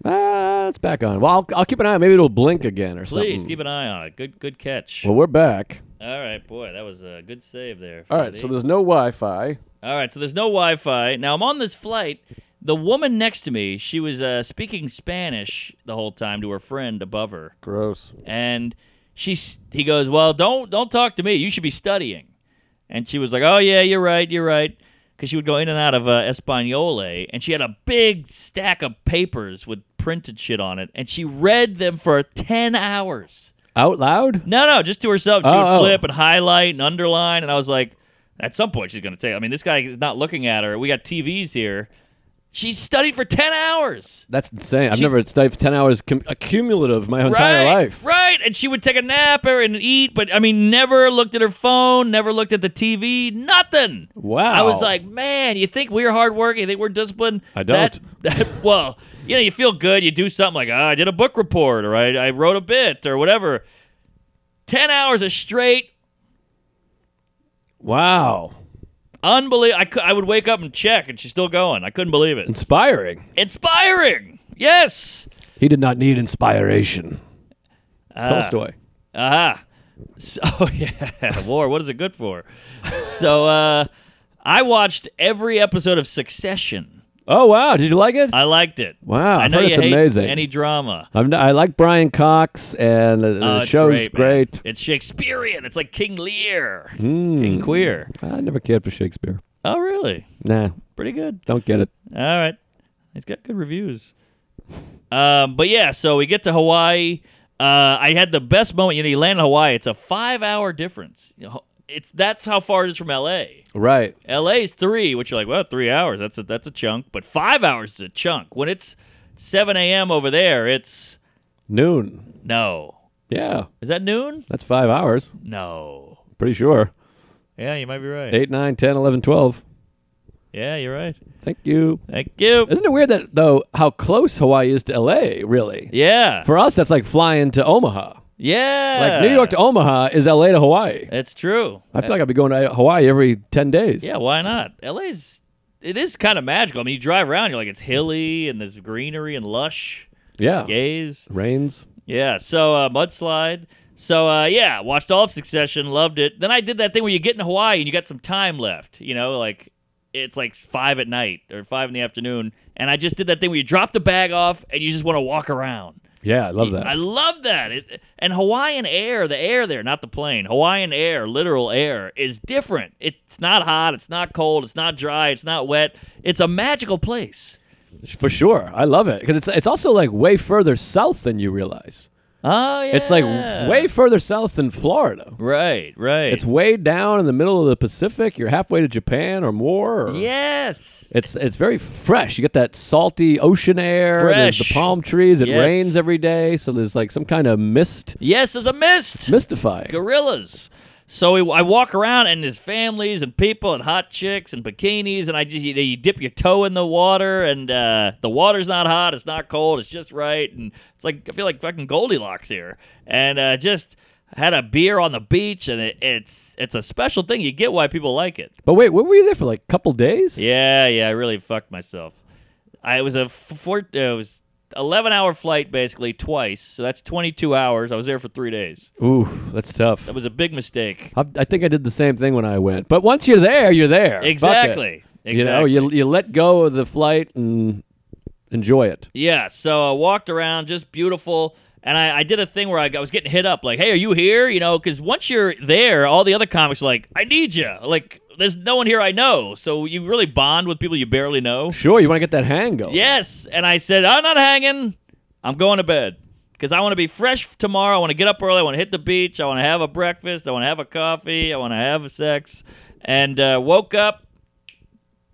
Speaker 3: Ah, it's back on. Well, I'll, I'll keep an eye. on it. Maybe it'll blink again or
Speaker 2: Please
Speaker 3: something.
Speaker 2: keep an eye on it. Good, good catch.
Speaker 3: Well, we're back.
Speaker 2: All right, boy, that was a good save there.
Speaker 3: All right.
Speaker 2: Freddy.
Speaker 3: So there's no Wi-Fi.
Speaker 2: All right, so there's no Wi-Fi. Now I'm on this flight. The woman next to me, she was uh, speaking Spanish the whole time to her friend above her,
Speaker 3: Gross.
Speaker 2: and she s- he goes, "Well, don't don't talk to me. You should be studying." And she was like, "Oh yeah, you're right, you're right," because she would go in and out of uh, Espanole, and she had a big stack of papers with printed shit on it, and she read them for ten hours.
Speaker 3: Out loud?
Speaker 2: No, no, just to herself. She
Speaker 3: Oh,
Speaker 2: would
Speaker 3: oh.
Speaker 2: flip and highlight and underline, and I was like, at some point she's gonna take. I mean, this guy is not looking at her. We got TVs here. She studied for ten hours.
Speaker 3: That's insane. I've
Speaker 2: She-
Speaker 3: never studied for 10 hours cum- cumulative my entire
Speaker 2: right,
Speaker 3: life.
Speaker 2: right. And she would take a nap or and eat, but I mean, never looked at her phone, never looked at the TV, nothing.
Speaker 3: Wow.
Speaker 2: I was like, man, you think we're hardworking? You think we're disciplined?
Speaker 3: I
Speaker 2: That, [LAUGHS] that- well, you know, you feel good. You do something like, ah, I did a book report or I, I wrote a bit or whatever. 10 hours of straight,
Speaker 3: Wow.
Speaker 2: unbelievable. I, cou- I would wake up and check and she's still going. I couldn't believe it.
Speaker 3: Inspiring.
Speaker 2: Inspiring. Yes.
Speaker 3: He did not need inspiration.
Speaker 2: Ah. Uh,
Speaker 3: Tolstoy.
Speaker 2: Aha. Uh-huh. So [LAUGHS] oh, yeah, [LAUGHS] war. What is it good for? so uh, I watched every episode of Succession.
Speaker 3: Oh, wow. Did you like it?
Speaker 2: I liked it.
Speaker 3: Wow,
Speaker 2: I
Speaker 3: I've [LAUGHS]
Speaker 2: know
Speaker 3: heard
Speaker 2: you
Speaker 3: it's
Speaker 2: hate
Speaker 3: amazing.
Speaker 2: any drama.
Speaker 3: I'm not, I like Brian Cox, and the, the
Speaker 2: Oh, it's
Speaker 3: show's
Speaker 2: great,
Speaker 3: great. Hmm.
Speaker 2: man. It's Shakespearean. It's like King Lear, King Queer.
Speaker 3: I never cared for Shakespeare.
Speaker 2: Oh, really?
Speaker 3: Nah,
Speaker 2: Pretty good.
Speaker 3: don't get it.
Speaker 2: All right. He's got good reviews. Um, but yeah, so we get to Hawaii. Uh, I had the best moment. You know, you land in Hawaii. It's a five-hour difference. You know, it's that's how far it is from L.A.
Speaker 3: Right.
Speaker 2: LA's three, which you're like, well, three hours. That's a that's a chunk, but five hours is a chunk. When it's seven a.m. over there, it's
Speaker 3: Noon.
Speaker 2: no.
Speaker 3: Yeah,
Speaker 2: Is that noon?
Speaker 3: that's five hours.
Speaker 2: No.
Speaker 3: Pretty sure.
Speaker 2: Yeah, you might be right.
Speaker 3: Eight, nine, ten, eleven, twelve.
Speaker 2: Yeah, you're right.
Speaker 3: Thank you.
Speaker 2: Thank you.
Speaker 3: Isn't it weird that, though, how close Hawaii is to LA, really?
Speaker 2: Yeah.
Speaker 3: For us, that's like flying to Omaha.
Speaker 2: yeah.
Speaker 3: Like New York to Omaha is LA to Hawaii.
Speaker 2: It's true.
Speaker 3: I feel like I'd be going to Hawaii every 10 days.
Speaker 2: Yeah, why not? LA's it is kind of magical. I mean, you drive around, you're like it's hilly and there's greenery and lush
Speaker 3: Yeah.
Speaker 2: gaze.
Speaker 3: Rains.
Speaker 2: Yeah, so uh, mudslide. So uh, yeah, watched all of Succession, loved it. Then I did that thing where you get in Hawaii and you got some time left. You know, like it's like five at night or five in the afternoon, and I just did that thing where you drop the bag off and you just want to walk around.
Speaker 3: Yeah, I love that.
Speaker 2: I love that. It, and Hawaiian air, the air there, not the plane. Hawaiian air, literal air, is different. It's not hot. It's not cold. It's not dry. It's not wet. It's a magical place.
Speaker 3: For sure. I love it. Because it's, it's also like way further south than you realize.
Speaker 2: Oh yeah.
Speaker 3: It's like way further south than Florida.
Speaker 2: Right. Right.
Speaker 3: It's way down in the middle of the Pacific. You're halfway to Japan or more. or-
Speaker 2: yes.
Speaker 3: It's it's very fresh. You get that salty ocean air. There's
Speaker 2: Fresh.
Speaker 3: the palm trees. It
Speaker 2: Yes.
Speaker 3: rains every day, so there's like some kind of mist,
Speaker 2: Yes, there's a mist.
Speaker 3: mystifying.
Speaker 2: Gorillas. So we, I walk around and there's families and people and hot chicks and bikinis and I just you, know, you dip your toe in the water and uh, the water's not hot, it's not cold, it's just right and it's like I feel like fucking Goldilocks here and uh, just had a beer on the beach and it, it's it's a special thing. You get why people like it.
Speaker 3: But wait, were you there for like a couple days?
Speaker 2: Yeah, yeah, I really fucked myself. I it was a f- four, uh, it was eleven hour flight basically twice, so that's twenty two hours. I was there for three days.
Speaker 3: Oof, that's tough.
Speaker 2: That was a big mistake.
Speaker 3: I, I think I did the same thing when I went. But once you're there, you're there. Fuck it.
Speaker 2: Exactly. Exactly.
Speaker 3: You know, you you let go of the flight and enjoy it.
Speaker 2: yeah. So I walked around, just beautiful. And I, I did a thing where I, got- I was getting hit up, like, "Hey, are you here?" You know, because once you're there, all the other comics are like, "I need you." Like, there's no one here I know, so you really bond with people you barely know.
Speaker 3: Sure, you want to get that hang going.
Speaker 2: Yes. And I said, I'm not hanging. I'm going to bed because I want to be fresh tomorrow. I want to get up early. I want to hit the beach. I want to have a breakfast. I want to have a coffee. I want to have a sex. And uh, woke up,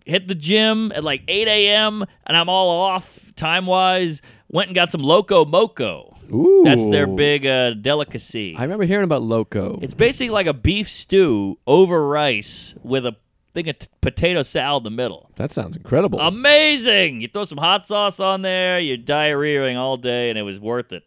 Speaker 2: hit the gym at like 8 a.m. and I'm all off time wise. Went and got some loco moco.
Speaker 3: Ooh.
Speaker 2: That's their big uh, delicacy.
Speaker 3: I remember hearing about Loco.
Speaker 2: It's basically like a beef stew over rice with a thing of t- potato salad in the middle.
Speaker 3: that sounds incredible.
Speaker 2: Um, Amazing! You throw some hot sauce on there, you're diarrheaing all day, and it was worth it.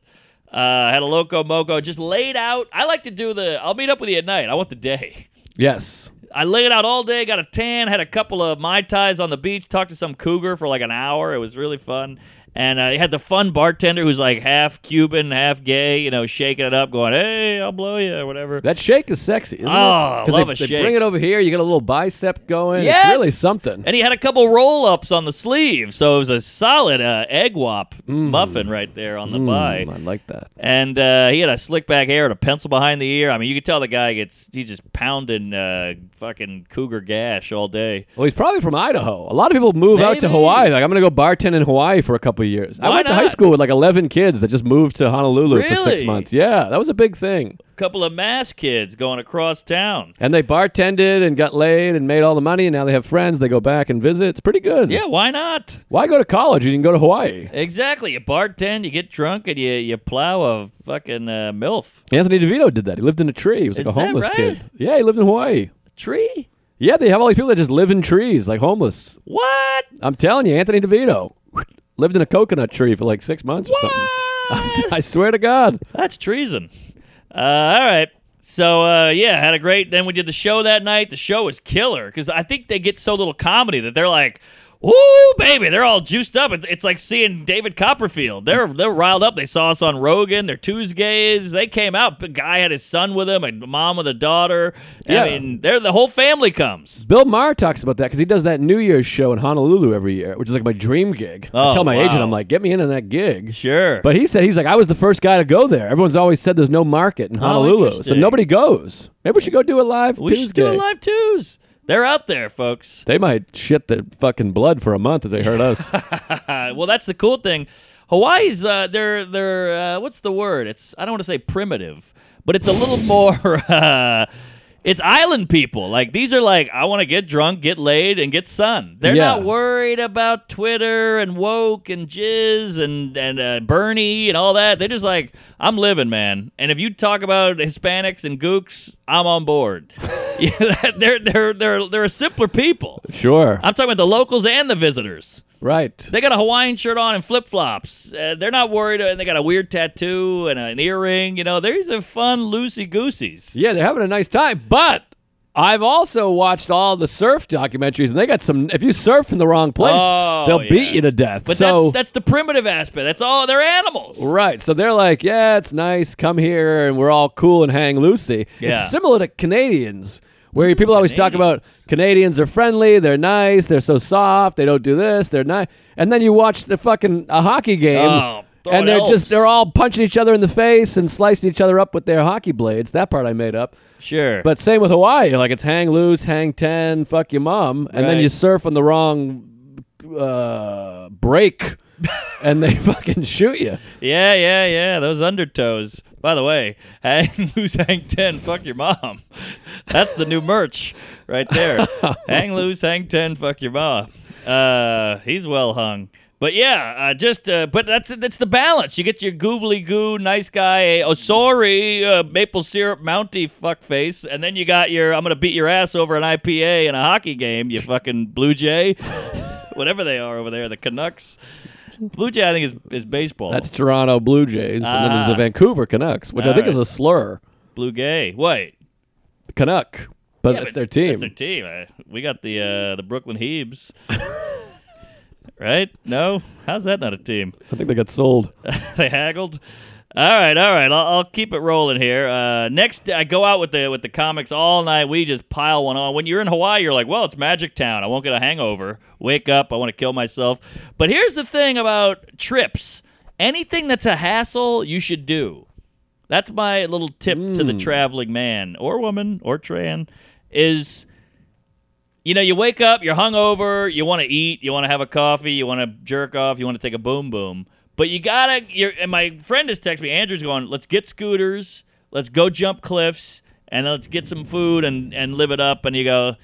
Speaker 2: Uh, had a loco moco, just laid out. I like to do the. I'll meet up with you at night. I want the day. [LAUGHS]
Speaker 3: yes.
Speaker 2: I laid out all day, got a tan, had a couple of mai tais on the beach, talked to some cougar for like an hour. It was really fun. And uh, you had the fun bartender who's like half Cuban, half gay, you know, shaking it up, going, "Hey, I'll blow you" or whatever.
Speaker 3: That shake is sexy, isn't it?
Speaker 2: Oh,
Speaker 3: 'Cause
Speaker 2: love
Speaker 3: they,
Speaker 2: a
Speaker 3: they
Speaker 2: shake.
Speaker 3: bring it over here, you get a little bicep going.
Speaker 2: Yes!
Speaker 3: It's really something.
Speaker 2: And he had a couple roll ups on the sleeve, so it was a solid uh, egg wop muffin right there on the
Speaker 3: Mm,
Speaker 2: bye.
Speaker 3: I like that.
Speaker 2: And uh, he had a slick back hair and a pencil behind the ear. I mean, you could tell the guy gets he's just pounding uh, fucking cougar gash all day.
Speaker 3: Well, he's probably from Idaho. A lot of people move out to
Speaker 2: Maybe.
Speaker 3: Hawaii. Like, I'm going to go bartend in Hawaii for a couple couple years. I
Speaker 2: Why
Speaker 3: went to high
Speaker 2: not?
Speaker 3: school with like 11 kids that just moved to Honolulu for six
Speaker 2: Really?
Speaker 3: months. Yeah, that was a big thing.
Speaker 2: couple of mass kids going across town.
Speaker 3: And they bartended and got laid and made all the money, and now they have friends. They go back and visit. It's pretty good.
Speaker 2: Yeah, why not?
Speaker 3: Why go to college? You can go to Hawaii.
Speaker 2: Exactly. You bartend, you get drunk, and you you plow a fucking uh, milf
Speaker 3: Anthony DeVito did that. He lived in a tree. He was like
Speaker 2: Is
Speaker 3: a
Speaker 2: that
Speaker 3: homeless
Speaker 2: right?
Speaker 3: kid. Yeah, he lived in Hawaii.
Speaker 2: tree.
Speaker 3: Yeah, they have all these people that just live in trees, like homeless.
Speaker 2: What?
Speaker 3: I'm telling you, Anthony DeVito [LAUGHS] lived in a coconut tree for like six months or something. [LAUGHS] I swear to God.
Speaker 2: That's treason. Uh, all right. So uh, yeah, had a great. Then we did the show that night. The show was killer because I think they get so little comedy that they're like, "Ooh, baby!" They're all juiced up. It- It's like seeing David Copperfield. They're they're riled up. They saw us on Rogan. They're Tuesdays. They came out. The guy had his son with him. A mom with a daughter.
Speaker 3: Yeah.
Speaker 2: I mean, they're the whole family comes.
Speaker 3: Bill Maher talks about that because he does that New Year's show in Honolulu every year, which is like my dream gig. I
Speaker 2: Oh,
Speaker 3: tell my
Speaker 2: wow.
Speaker 3: agent, I'm like, get me in on that gig.
Speaker 2: Sure.
Speaker 3: But he said, he's like, I was the first guy to go there. Everyone's always said there's no market in Honolulu, so
Speaker 2: Oh, interesting.
Speaker 3: nobody goes. Maybe we should go do it live
Speaker 2: we
Speaker 3: Tuesday.
Speaker 2: should do a live twos. They're out there, folks.
Speaker 3: They might shit the fucking blood for a month if they heard
Speaker 2: [LAUGHS]
Speaker 3: us.
Speaker 2: Uh, well, that's the cool thing. Hawaii's uh, they're they're uh, what's the word? It's I don't want to say primitive, but it's a little [LAUGHS] more. Uh, it's island people. Like these are like I want to get drunk, get laid, and get sun. They're
Speaker 3: Yeah.
Speaker 2: not worried about Twitter and woke and jizz and and uh, Bernie and all that. They're just like I'm living, man. And if you talk about Hispanics and gooks, I'm on board. [LAUGHS] yeah, they're they're they're they're a simpler people.
Speaker 3: sure.
Speaker 2: I'm talking about the locals and the visitors.
Speaker 3: right.
Speaker 2: They got a Hawaiian shirt on and flip flops. Uh, they're not worried, uh, and they got a weird tattoo and an earring. You know, these are fun loosey gooseys.
Speaker 3: Yeah, they're having a nice time. But I've also watched all the surf documentaries, and they got some. If you surf in the wrong place,
Speaker 2: Oh,
Speaker 3: they'll
Speaker 2: yeah.
Speaker 3: beat you to death.
Speaker 2: But
Speaker 3: so
Speaker 2: that's that's the primitive aspect. That's all. They're animals.
Speaker 3: right, so they're like, yeah, it's nice. Come here, and we're all cool and hang loosey.
Speaker 2: Yeah.
Speaker 3: It's similar to Canadians. Where people always talk about Canadians are friendly, they're nice, they're so soft, they don't do this, they're nice. And then you watch the fucking a hockey game
Speaker 2: Oh, throwing
Speaker 3: and they're
Speaker 2: elbows.
Speaker 3: just they're all punching each other in the face and slicing each other up with their hockey blades. That part I made up.
Speaker 2: Sure.
Speaker 3: But same with Hawaii, like it's hang loose, hang ten, fuck your mom, and then
Speaker 2: Right.
Speaker 3: you surf on the wrong uh,
Speaker 2: [LAUGHS]
Speaker 3: break, and they fucking shoot you.
Speaker 2: yeah, yeah, yeah. Those undertows. By the way, [LAUGHS] hang loose, hang ten. Fuck your mom. [LAUGHS] That's the new merch right there. hang loose, hang ten. Fuck your mom. Uh, he's well hung. But yeah, uh, just uh, but that's that's the balance. You get your googly goo, nice guy. Oh, sorry, uh, maple syrup, Mountie fuckface, and then you got your I'm gonna beat your ass over an IPA in a hockey game. You fucking Blue Jay, [LAUGHS] whatever they are over there, the Canucks. Blue Jay, I think is is baseball.
Speaker 3: That's Toronto Blue Jays, and then there's the
Speaker 2: Ah.
Speaker 3: Vancouver Canucks, which I
Speaker 2: All
Speaker 3: think is
Speaker 2: right.
Speaker 3: a slur,
Speaker 2: Blue Gay. Wait.
Speaker 3: Canuck, but
Speaker 2: Yeah,
Speaker 3: it's
Speaker 2: but
Speaker 3: their team.
Speaker 2: That's their team. Uh, We got the uh, the
Speaker 3: [LAUGHS]
Speaker 2: Brooklyn Hebes. right? No? How's that not a team?
Speaker 3: I think they got sold.
Speaker 2: [LAUGHS] they haggled. All right, all right. I'll, I'll keep it rolling here. Uh, next, I go out with the with the comics all night. We just pile one on. When you're in Hawaii, you're like, well, it's Magic Town. I won't get a hangover. Wake up. I want to kill myself. But here's the thing about trips. Anything that's a hassle, you should do. That's my little tip to the traveling man or woman or tran is you know, you wake up, you're hungover, you want to eat, you want to have a coffee, you want to jerk off, you want to take a boom boom. But you gotta. You're, and my friend has texted me. Andrew's going. Let's get scooters. Let's go jump cliffs, and let's get some food and and live it up. And you go,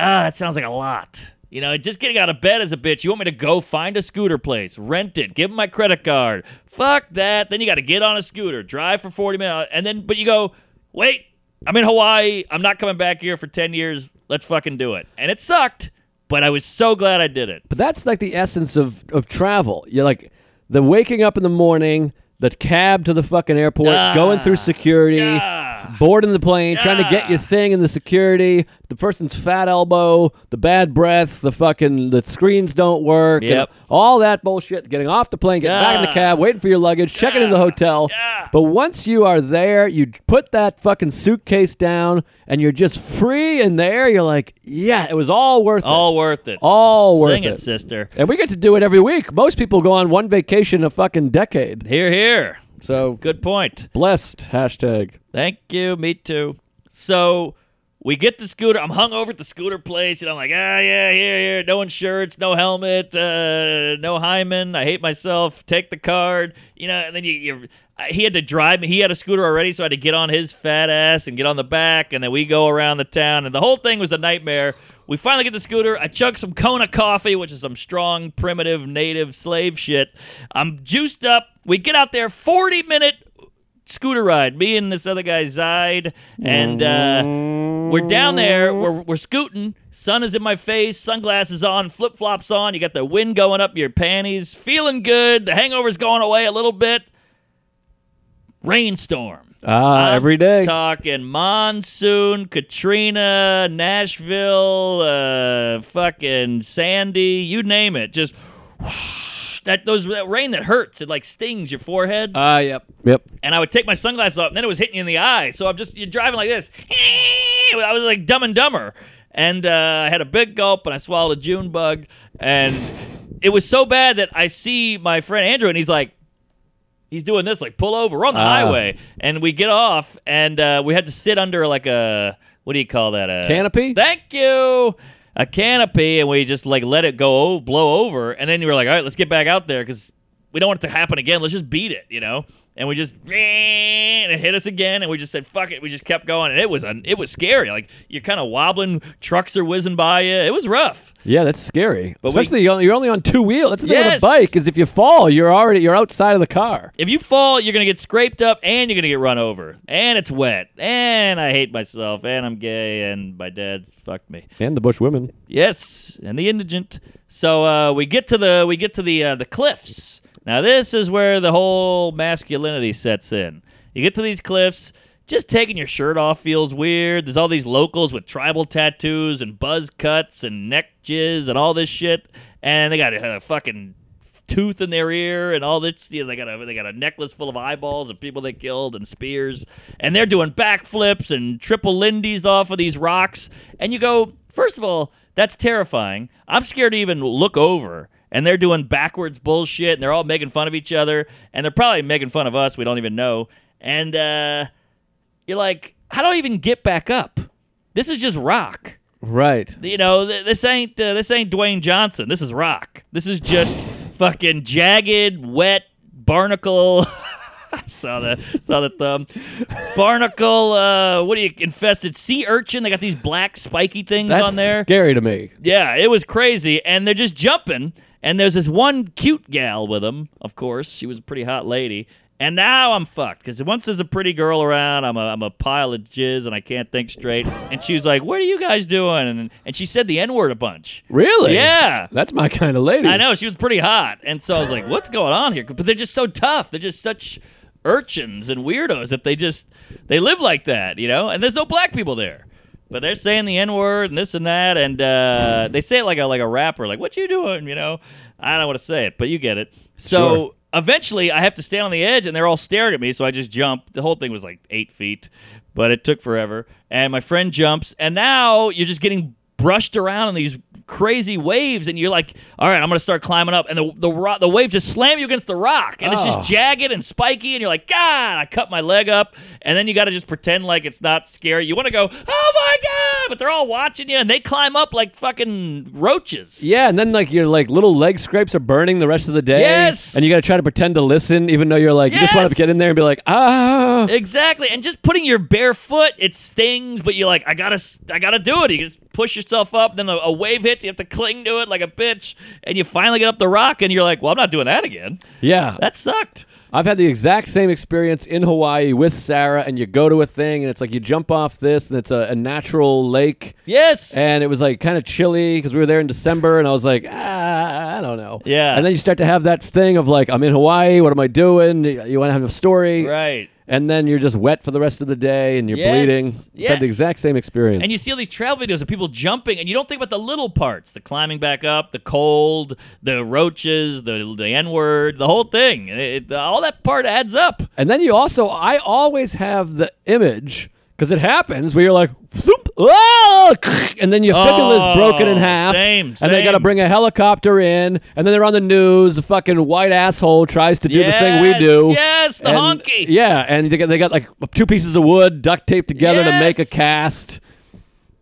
Speaker 2: ah, that sounds like a lot. You know, just getting out of bed is a bitch. You want me to go find a scooter place, rent it, give them my credit card. Fuck that. Then you got to get on a scooter, drive for 40 minutes, and then, but you go, wait, I'm in Hawaii. I'm not coming back here for 10 years. Let's fucking do it. And it sucked, but I was so glad I did it.
Speaker 3: But that's like the essence of of travel. You're like the waking up in the morning, the cab to the fucking airport,
Speaker 2: Ah.
Speaker 3: going through security,
Speaker 2: Yeah.
Speaker 3: boarding the plane, trying to get your thing in the security, the person's fat elbow, the bad breath, the fucking the screens don't work, and
Speaker 2: Yep.
Speaker 3: all that bullshit. Getting off the plane, getting back in the
Speaker 2: Yeah.
Speaker 3: cab, waiting for your luggage, checking into the hotel.
Speaker 2: Yeah.
Speaker 3: But once you are there, you put that fucking suitcase down, and you're just free in there. You're like, yeah, it was all worth it.
Speaker 2: All worth it.
Speaker 3: All worth
Speaker 2: Sing it,
Speaker 3: it.
Speaker 2: sister.
Speaker 3: And we get to do it every week. Most people go on one vacation a fucking decade.
Speaker 2: Here, here.
Speaker 3: So
Speaker 2: Good point.
Speaker 3: blessed hashtag.
Speaker 2: Thank you. Me too. So We get the scooter. I'm hung over at the scooter place, and I'm like, ah, yeah, here, here. No insurance, no helmet, uh, no hymen. I hate myself. Take the card, you know. And then you, you, I- he had to drive me. He had a scooter already, so I had to get on his fat ass and get on the back, and then we go around the town, and the whole thing was a nightmare. We finally get the scooter. I chug some Kona coffee, which is some strong, primitive, native slave shit. I'm juiced up. We get out there, 40 minute scooter ride. Me and this other guy Zaid, and uh, we're down there. We're we're scooting. Sun is in my face. Sunglasses on. Flip flops on. You got the wind going up your panties. Feeling good. The hangover's going away a little bit. Rainstorm.
Speaker 3: Ah,
Speaker 2: I'm
Speaker 3: every day.
Speaker 2: Talking monsoon, Katrina, Nashville, uh, fucking Sandy, you name it. Just whoosh, that those that rain that hurts. It like stings your forehead
Speaker 3: Ah, yep. Yep.
Speaker 2: and I would take my sunglasses off, and then it was hitting you in the eye. So I'm just you're driving like this. I was like dumb and dumber, and uh, I had a big gulp, and I swallowed a June bug, and it was so bad that I see my friend Andrew, and he's like. He's doing this like pull over we're on the
Speaker 3: Ah.
Speaker 2: highway, and we get off, and uh, we had to sit under like a what do you call that? A
Speaker 3: Canopy?
Speaker 2: Thank you. A canopy, and we just like let it go o- blow over, and then you were like, all right, let's get back out there because we don't want it to happen again. Let's just beat it, you know. And we just and it hit us again, and we just said, fuck it. We just kept going, and it was un- it was scary. Like you're kind of wobbling, trucks are whizzing by you. It was rough.
Speaker 3: Yeah, that's scary.
Speaker 2: But we-
Speaker 3: Especially you're you're only on two wheels. That's the thing with
Speaker 2: Yes.
Speaker 3: a bike is if you fall, you're already you're outside of the car.
Speaker 2: If you fall, you're gonna get scraped up, and you're gonna get run over, and it's wet, and I hate myself, and I'm gay, and my dad's fucked me.
Speaker 3: And the bush women.
Speaker 2: Yes, and the indigent. So uh, we get to the we get to the uh, the cliffs. Now this is where the whole masculinity sets in. You get to these cliffs. Just taking your shirt off feels weird. There's all these locals with tribal tattoos and buzz cuts and neck jizz and all this shit, and they got a, a fucking tooth in their ear and all this. You know, they got a they got a necklace full of eyeballs of people they killed and spears, and they're doing backflips and triple lindies off of these rocks. And you go, first of all, that's terrifying. I'm scared to even look over. And they're doing backwards bullshit, and they're all making fun of each other, and they're probably making fun of us. We don't even know. And uh, you're like, how do I even get back up? This is just rock
Speaker 3: Right.
Speaker 2: you know, th- this ain't uh, this ain't Dwayne Johnson. This is rock. This is just [LAUGHS] fucking jagged, wet barnacle. [LAUGHS] I saw the saw the thumb barnacle. Uh, what do you infested sea urchin? They got these black spiky things
Speaker 3: That's
Speaker 2: on there.
Speaker 3: scary to me.
Speaker 2: Yeah, it was crazy, and they're just jumping. And there's this one cute gal with them. Of course, she was a pretty hot lady. And now I'm fucked because once there's a pretty girl around, I'm a, I'm a pile of jizz and I can't think straight. And she was like, "What are you guys doing?" And, and she said the n word a bunch.
Speaker 3: Really?
Speaker 2: Yeah.
Speaker 3: That's my kind of lady.
Speaker 2: I know she was pretty hot, and so I was like, "What's going on here?" But they're just so tough. They're just such urchins and weirdos that they just they live like that, you know. And there's no black people there, but they're saying the n word and this and that, and uh, they say it like a like a rapper, like "What you doing?" You know. I don't want to say it, but you get it. So.
Speaker 3: Sure.
Speaker 2: Eventually, I have to stand on the edge, and they're all staring at me. So I just jump. The whole thing was like eight feet, but it took forever. And my friend jumps, and now you're just getting brushed around in these crazy waves, and you're like, "All right, I'm gonna start climbing up." And the the ro- the waves just slam you against the rock, and it's
Speaker 3: Oh.
Speaker 2: just jagged and spiky, and you're like, "God!" I cut my leg up, and then you got to just pretend like it's not scary. You want to go, "Oh my god!" But they're all watching you, and they climb up like fucking roaches.
Speaker 3: Yeah, and then like your like little leg scrapes are burning the rest of the day.
Speaker 2: Yes!
Speaker 3: And you gotta try to pretend to listen, even though you're like you just want to
Speaker 2: Yes!
Speaker 3: get in there and be like, ah
Speaker 2: Exactly, and just putting your bare foot, it stings, but you're like, I gotta, I gotta do it. You just push yourself up, then a, a wave hits, you have to cling to it like a bitch, and you finally get up the rock, and you're like, well, I'm not doing that again.
Speaker 3: Yeah.
Speaker 2: That sucked.
Speaker 3: I've had the exact same experience in Hawaii with Sarah, and you go to a thing and it's like you jump off this and it's a, a natural lake.
Speaker 2: Yes.
Speaker 3: And it was like kind of chilly because we were there in December, and I was like, ah, I don't know.
Speaker 2: Yeah.
Speaker 3: And then you start to have that thing of like, I'm in Hawaii. What am I doing? You want to have a story,
Speaker 2: right.
Speaker 3: And then you're just wet for the rest of the day, and you're
Speaker 2: Yes.
Speaker 3: bleeding.
Speaker 2: Yeah.
Speaker 3: Had the exact same experience.
Speaker 2: And you see all these travel videos of people jumping, and you don't think about the little parts the climbing back up, the cold, the roaches, the, the N word, the whole thing. It- it- all that part adds up.
Speaker 3: And then you also, I always have the image because it happens where you're like, Zoop, ah, [LAUGHS] and then your fibula
Speaker 2: Oh,
Speaker 3: is broken in half.
Speaker 2: same,
Speaker 3: And they got to
Speaker 2: same.
Speaker 3: bring a helicopter in, and then they're on the news. The fucking white asshole tries to do the thing we
Speaker 2: Yes,
Speaker 3: do.
Speaker 2: yes, the
Speaker 3: and,
Speaker 2: honky.
Speaker 3: Yeah, and they got, they got like two pieces of wood duct taped together to make a
Speaker 2: Yes.
Speaker 3: cast.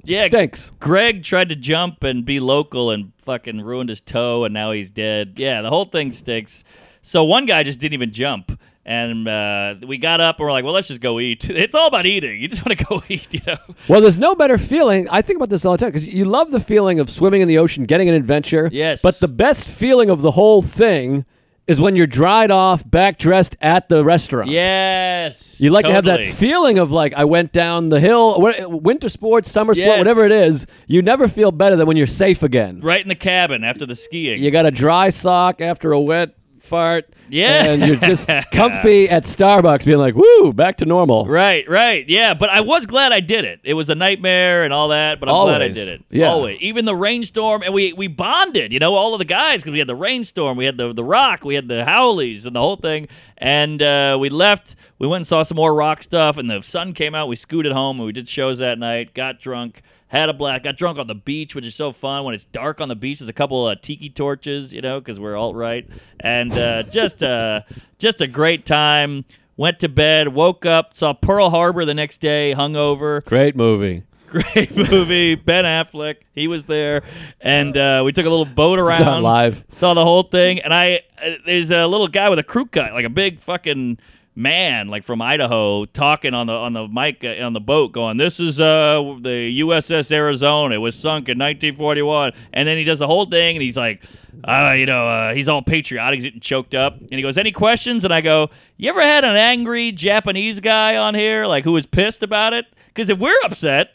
Speaker 2: Yeah,
Speaker 3: Stinks.
Speaker 2: Greg tried to jump and be local and fucking ruined his toe, and now he's dead. Yeah, the whole thing stinks. So one guy just didn't even jump, and uh, we got up and we're like, "Well, let's just go eat." [LAUGHS] It's all about eating. You just want to [LAUGHS] go eat, you
Speaker 3: [LAUGHS]
Speaker 2: know?
Speaker 3: Well, there's no better feeling. I think about this all the time because you love the feeling of swimming in the ocean, getting an adventure.
Speaker 2: Yes.
Speaker 3: But the best feeling of the whole thing is when you're dried off, back dressed at the restaurant.
Speaker 2: Yes,
Speaker 3: You like to have
Speaker 2: totally.
Speaker 3: that feeling of like I went down the hill, wha- winter sports, summer sport,
Speaker 2: Yes.
Speaker 3: whatever it is. You never feel better than when you're safe again.
Speaker 2: right in the cabin after the skiing.
Speaker 3: You got a dry sock after a wet fart.
Speaker 2: Yeah.
Speaker 3: And you're
Speaker 2: [LAUGHS]
Speaker 3: just comfy at Starbucks being like, woo, back to normal.
Speaker 2: Right, right, yeah. But I was glad I did it. It was a nightmare and all that, but I'm glad I
Speaker 3: Always,
Speaker 2: did it.
Speaker 3: yeah.
Speaker 2: Always, even the rainstorm, and we we bonded. You know, all of the guys because we had the rainstorm, we had the the rock, we had the Howleys, and the whole thing. And uh, we left. We went and saw some more rock stuff, and the sun came out. We scooted home, and we did shows that night. Got drunk. Had a blast. Got drunk on the beach, which is so fun when it's dark on the beach. There's a couple of tiki torches, you know, because we're alt right, and uh, [LAUGHS] just uh, just a great time. Went to bed, woke up, saw Pearl Harbor the next day, hungover.
Speaker 3: Great movie.
Speaker 2: Great [LAUGHS] movie. Ben Affleck, he was there, and uh, we took a little boat around.
Speaker 3: Saw it live.
Speaker 2: Saw the whole thing, and I uh, there's a little guy with a crew cut, like a big fucking man, like from Idaho, talking on the on the mic uh, on the boat, going, "This is uh the USS Arizona. It was sunk in 1941." And then he does the whole thing, and he's like, "Uh, you know, uh, he's all patriotic, he's getting choked up." And he goes, "Any questions?" And I go, "You ever had an angry Japanese guy on here, like who was pissed about it? Because if we're upset."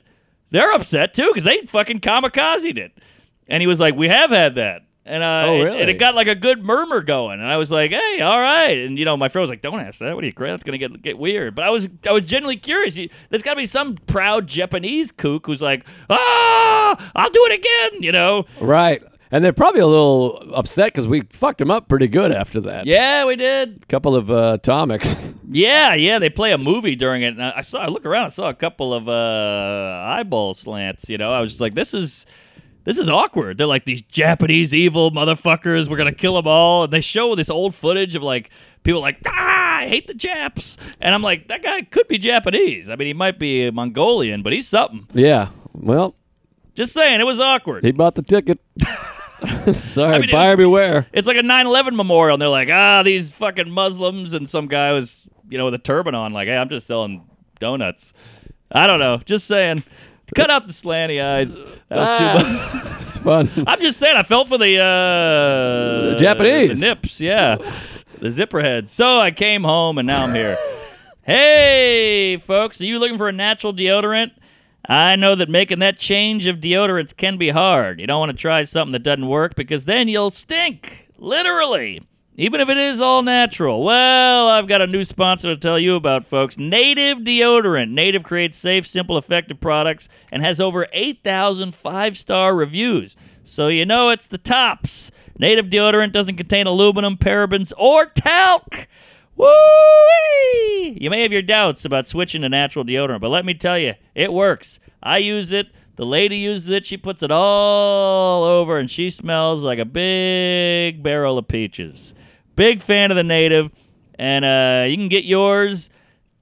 Speaker 2: They're upset too because they fucking kamikaze it. And he was like, "We have had that." And uh,
Speaker 3: Oh,
Speaker 2: and-
Speaker 3: really?
Speaker 2: and it got like a good murmur going, and I was like, "Hey, all right." And you know, my friend was like, "Don't ask that. What are you crazy? That's gonna get get weird." But I was I was genuinely curious. You, there's got to be some proud Japanese kook who's like, "Ah, I'll do it again," you know?
Speaker 3: Right. And they're probably a little upset because we fucked them up pretty good after that.
Speaker 2: Yeah, we did.
Speaker 3: Couple of uh, atomics.
Speaker 2: Yeah, yeah. They play a movie during it, and I I saw. I look around. I saw a couple of uh, eyeball slants. You know, I was just like, this is. This is awkward. They're like these Japanese evil motherfuckers. We're gonna kill them all, and they show this old footage of like people like ah, I hate the Japs, and I'm like that guy could be Japanese. I mean, he might be Mongolian, but he's something.
Speaker 3: [LAUGHS] yeah. Well,
Speaker 2: Just saying, it was awkward.
Speaker 3: he bought the ticket. [LAUGHS] Sorry,
Speaker 2: I mean,
Speaker 3: buyer beware.
Speaker 2: It's like a 9/11 memorial, and they're like, ah, these fucking Muslims, and some guy was, you know, with a turban on, like, hey, I'm just selling donuts. I don't know, just saying. Cut out the slanty eyes. That was too much.
Speaker 3: Ah. [LAUGHS] it's fun.
Speaker 2: I'm just saying, I fell for the uh,
Speaker 3: The Japanese.
Speaker 2: the nips, yeah, the zipper head. So I came home, and now I'm here. hey, folks, are you looking for a natural deodorant? I know that making that change of deodorants can be hard. You don't want to try something that doesn't work because then you'll stink, literally. Even if it is all natural. Well, I've got a new sponsor to tell you about, folks. Native Deodorant. Native creates safe, simple, effective products and has over 8,000 five star reviews. So you know it's the tops. Native Deodorant doesn't contain aluminum, parabens, or talc. Woo! You may have your doubts about switching to natural deodorant, but let me tell you, it works. I use it. The lady uses it. She puts it all over, and she smells like a big barrel of peaches. Big fan of the native, and uh, you can get yours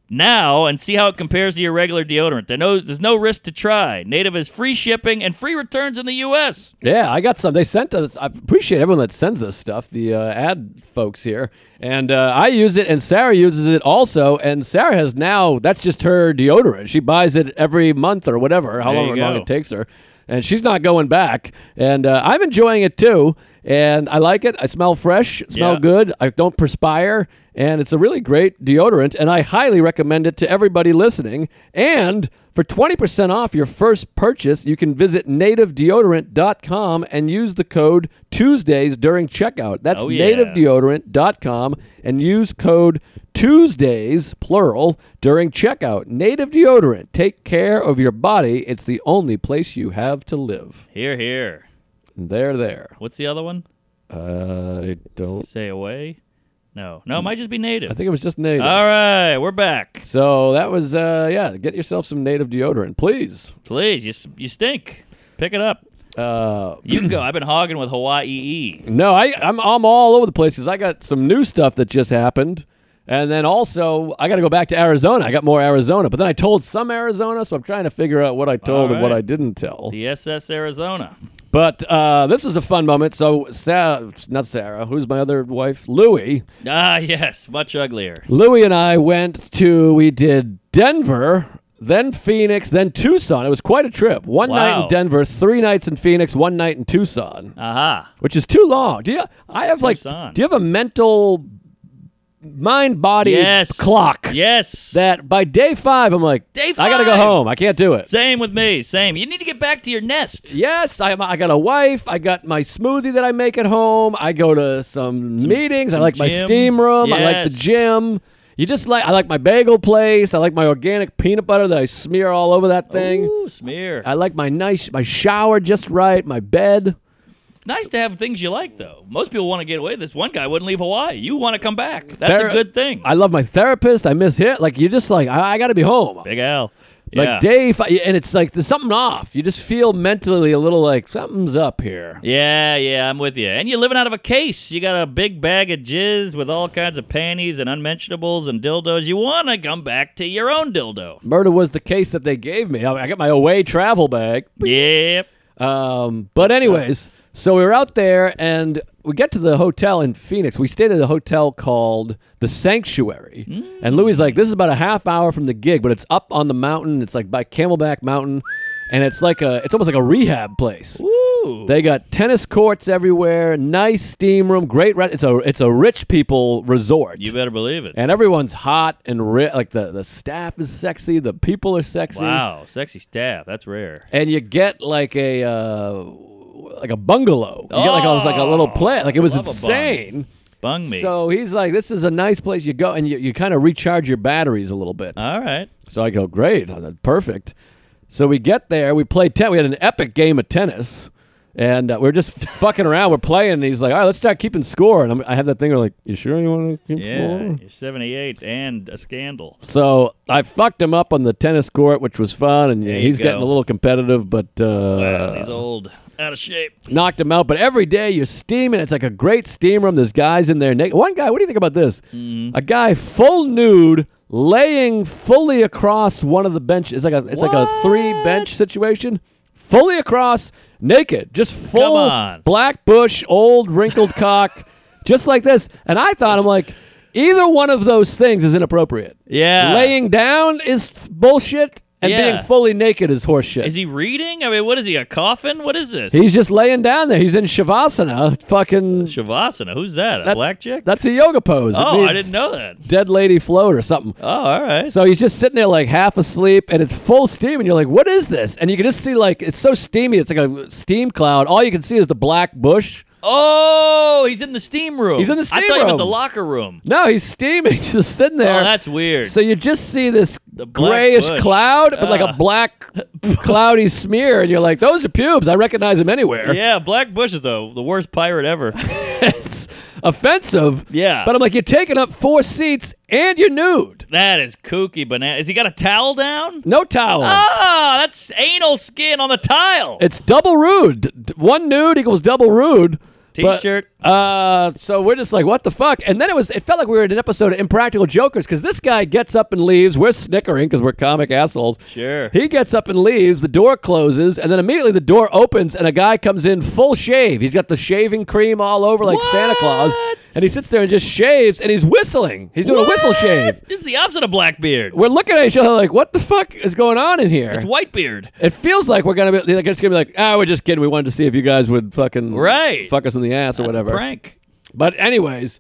Speaker 2: now and see how it compares to your regular deodorant. There no, there's no risk to try. Native has free shipping and free returns in the U.S.
Speaker 3: Yeah, I got some. They sent us. I appreciate everyone that sends us stuff. The uh, ad folks here, and uh, I use it, and Sarah uses it also. And Sarah has now. That's just her deodorant. She buys it every month or whatever, how
Speaker 2: There
Speaker 3: long,
Speaker 2: you
Speaker 3: long
Speaker 2: go.
Speaker 3: it takes her. And she's not going back. And uh, I'm enjoying it too. And I like it. I smell fresh, smell
Speaker 2: Yeah.
Speaker 3: good. I don't perspire, and it's a really great deodorant. And I highly recommend it to everybody listening. And for 20% off your first purchase, you can visit nativedeodorant.com and use the code Tuesdays during checkout. That's
Speaker 2: Oh, yeah.
Speaker 3: nativedeodorant.com and use code Tuesdays, plural, during checkout. Native Deodorant. Take care of your body. It's the only place you have to live.
Speaker 2: Here, here.
Speaker 3: There, there.
Speaker 2: What's the other one?
Speaker 3: Uh, I don't.
Speaker 2: Say away. No, no, it might just be native.
Speaker 3: I think it was just native.
Speaker 2: All right, we're back.
Speaker 3: So that was uh yeah, get yourself some native deodorant, please.
Speaker 2: Please, you, s- you stink. Pick it up.
Speaker 3: Uh
Speaker 2: You can go. I've been hogging with Hawaii E.
Speaker 3: no, I I'm I'm all over the place cuz I got some new stuff that just happened. And then also, I got to go back to Arizona. I got more Arizona, but then I told some Arizona, so I'm trying to figure out what I told and what
Speaker 2: right.
Speaker 3: I didn't tell.
Speaker 2: The SS Arizona.
Speaker 3: But uh, this was a fun moment. So, Sa- not Sarah, who's my other wife? Louie.
Speaker 2: Ah, yes, much uglier.
Speaker 3: Louie and I went to, we did Denver, then Phoenix, then Tucson. It was quite a trip. One night
Speaker 2: Wow.
Speaker 3: in Denver, three nights in Phoenix, one night in Tucson,
Speaker 2: Aha.
Speaker 3: which is too long. Do you, I have like,
Speaker 2: Tucson.
Speaker 3: do you have a mental mind body
Speaker 2: Yes.
Speaker 3: clock?
Speaker 2: Yes.
Speaker 3: That by day five, I'm like,
Speaker 2: Day
Speaker 3: I gotta go
Speaker 2: five!
Speaker 3: home. I can't do
Speaker 2: [LAUGHS]
Speaker 3: it.
Speaker 2: Same with me. Same. You need to get back to your nest.
Speaker 3: Yes, I, I got a wife. I got my smoothie that I make at home. I go to some, meetings. I like my
Speaker 2: gym.
Speaker 3: steam room. I like the
Speaker 2: Yes.
Speaker 3: gym. You just like I like my bagel place. I like my organic peanut butter that I smear all over that thing.
Speaker 2: Ooh, smear.
Speaker 3: I like my nice my shower just right. My bed.
Speaker 2: nice to have things you like, though. Most people want to get away. This one guy wouldn't leave Hawaii. You want to come back. That's
Speaker 3: Thera-
Speaker 2: a good thing.
Speaker 3: I love my therapist. I miss him. Like you just like I, I got to be home.
Speaker 2: Big Al.
Speaker 3: Like
Speaker 2: yeah.
Speaker 3: day five, and it's like there's something off. You just feel mentally a little like something's up here.
Speaker 2: Yeah, yeah, I'm with you. And you're living out of a case. You got a big bag of jizz with all kinds of panties and unmentionables and dildos. You want to come back to your own dildo.
Speaker 3: Murder was the case that they gave me. I, I got my away travel bag.
Speaker 2: Yep.
Speaker 3: Um, but anyways, so we were out there and we get to the hotel in Phoenix. We stayed at a hotel called The Sanctuary. And Louis like, this is about a half hour from the gig, but it's up on the mountain. It's like by Camelback Mountain. And it's like a, it's almost like a rehab place.
Speaker 2: Woo.
Speaker 3: They got tennis courts everywhere, nice steam room, great. Re- it's a, it's a rich people resort.
Speaker 2: you better believe it.
Speaker 3: and everyone's hot and ri- like the, the staff is sexy, the people are sexy
Speaker 2: Wow, sexy staff. That's rare.
Speaker 3: and you get like a uh, like a bungalow. You get like almost like a little
Speaker 2: Oh,
Speaker 3: plant. Like it was
Speaker 2: love a bung.
Speaker 3: insane.
Speaker 2: Bung me.
Speaker 3: So he's like, "This is a nice place you go, and you, you kind of recharge your batteries a little bit."
Speaker 2: all right.
Speaker 3: so I go, "Great, uh, perfect." So we get there. We play ten. We had an epic game of tennis, and uh, we're just [LAUGHS] fucking around. We're playing, and he's like, "All right, let's start keeping score." And I'm, I have that thing. Where like, "You sure you want to keep
Speaker 2: Yeah,
Speaker 3: score?"
Speaker 2: you're 78 and a scandal.
Speaker 3: So I fucked him up on the tennis court, which was fun, and
Speaker 2: you
Speaker 3: he's
Speaker 2: go.
Speaker 3: getting a little competitive. But uh,
Speaker 2: Wow, he's old, out of shape.
Speaker 3: knocked him out. But every day you're steaming. It's like a great steam room. There's guys in there. Naked. One guy, what do you think about this?
Speaker 2: Mm-hmm.
Speaker 3: A guy full nude, laying fully across one of the benches. It's like a it's like a three bench situation. Fully across, naked, just full
Speaker 2: on.
Speaker 3: black bush, old
Speaker 2: [LAUGHS]
Speaker 3: wrinkled cock, just like this. And I thought I'm like. Either one of those things is inappropriate.
Speaker 2: Yeah.
Speaker 3: Laying down is f- bullshit, and
Speaker 2: Yeah.
Speaker 3: being fully naked is horseshit.
Speaker 2: Is he reading? I mean, what is he? A coffin? What is this?
Speaker 3: He's just laying down there. He's in shavasana. Fucking
Speaker 2: Shavasana. Who's that? A blackjack?
Speaker 3: that's a yoga pose. It
Speaker 2: oh, I
Speaker 3: means
Speaker 2: didn't know that.
Speaker 3: Dead lady float or something.
Speaker 2: Oh, all right.
Speaker 3: So he's just sitting there like half asleep, and it's full steam, and you're like, "What is this?" And you can just see like it's so steamy. It's like a steam cloud. All you can see is the black bush.
Speaker 2: oh, he's in the steam room.
Speaker 3: He's in the steam
Speaker 2: I thought you meant the
Speaker 3: room.
Speaker 2: locker room.
Speaker 3: No, [LAUGHS] he's steaming, just sitting there.
Speaker 2: Oh, that's weird.
Speaker 3: so you just see this
Speaker 2: black
Speaker 3: grayish
Speaker 2: bush.
Speaker 3: cloud, but like a
Speaker 2: Ah. [LAUGHS]
Speaker 3: black cloudy smear, and you're like, "Those are pubes. I recognize them anywhere."
Speaker 2: yeah, Black Bush is the, the worst pirate ever.
Speaker 3: [LAUGHS] it's offensive.
Speaker 2: Yeah.
Speaker 3: But I'm like, you're taking up four seats and you're nude.
Speaker 2: that is kooky banana. Has he got a towel down?
Speaker 3: No towel.
Speaker 2: Ah, that's anal skin on the tile.
Speaker 3: It's double rude. D- d- One nude equals double rude. But,
Speaker 2: T-shirt.
Speaker 3: uh, so we're just like, what the fuck? And then it was, it felt like we were in an episode of Impractical Jokers because this guy gets up and leaves. We're snickering because we're comic assholes.
Speaker 2: Sure.
Speaker 3: He gets up and leaves. The door closes, and then immediately the door opens, and a guy comes in full shave. He's got the shaving cream all over like Santa Claus,
Speaker 2: What?
Speaker 3: and he sits there and just shaves, and he's whistling. He's doing a whistle
Speaker 2: What?
Speaker 3: shave.
Speaker 2: This is the opposite of Blackbeard.
Speaker 3: We're looking at each other like, what the fuck is going on in here?
Speaker 2: It's Whitebeard.
Speaker 3: It feels like we're gonna be like it's gonna be like, ah, we're just kidding. We wanted to see if you guys would fucking
Speaker 2: Right.
Speaker 3: fuck us in the ass or
Speaker 2: That's a
Speaker 3: whatever.
Speaker 2: prank.
Speaker 3: But anyways,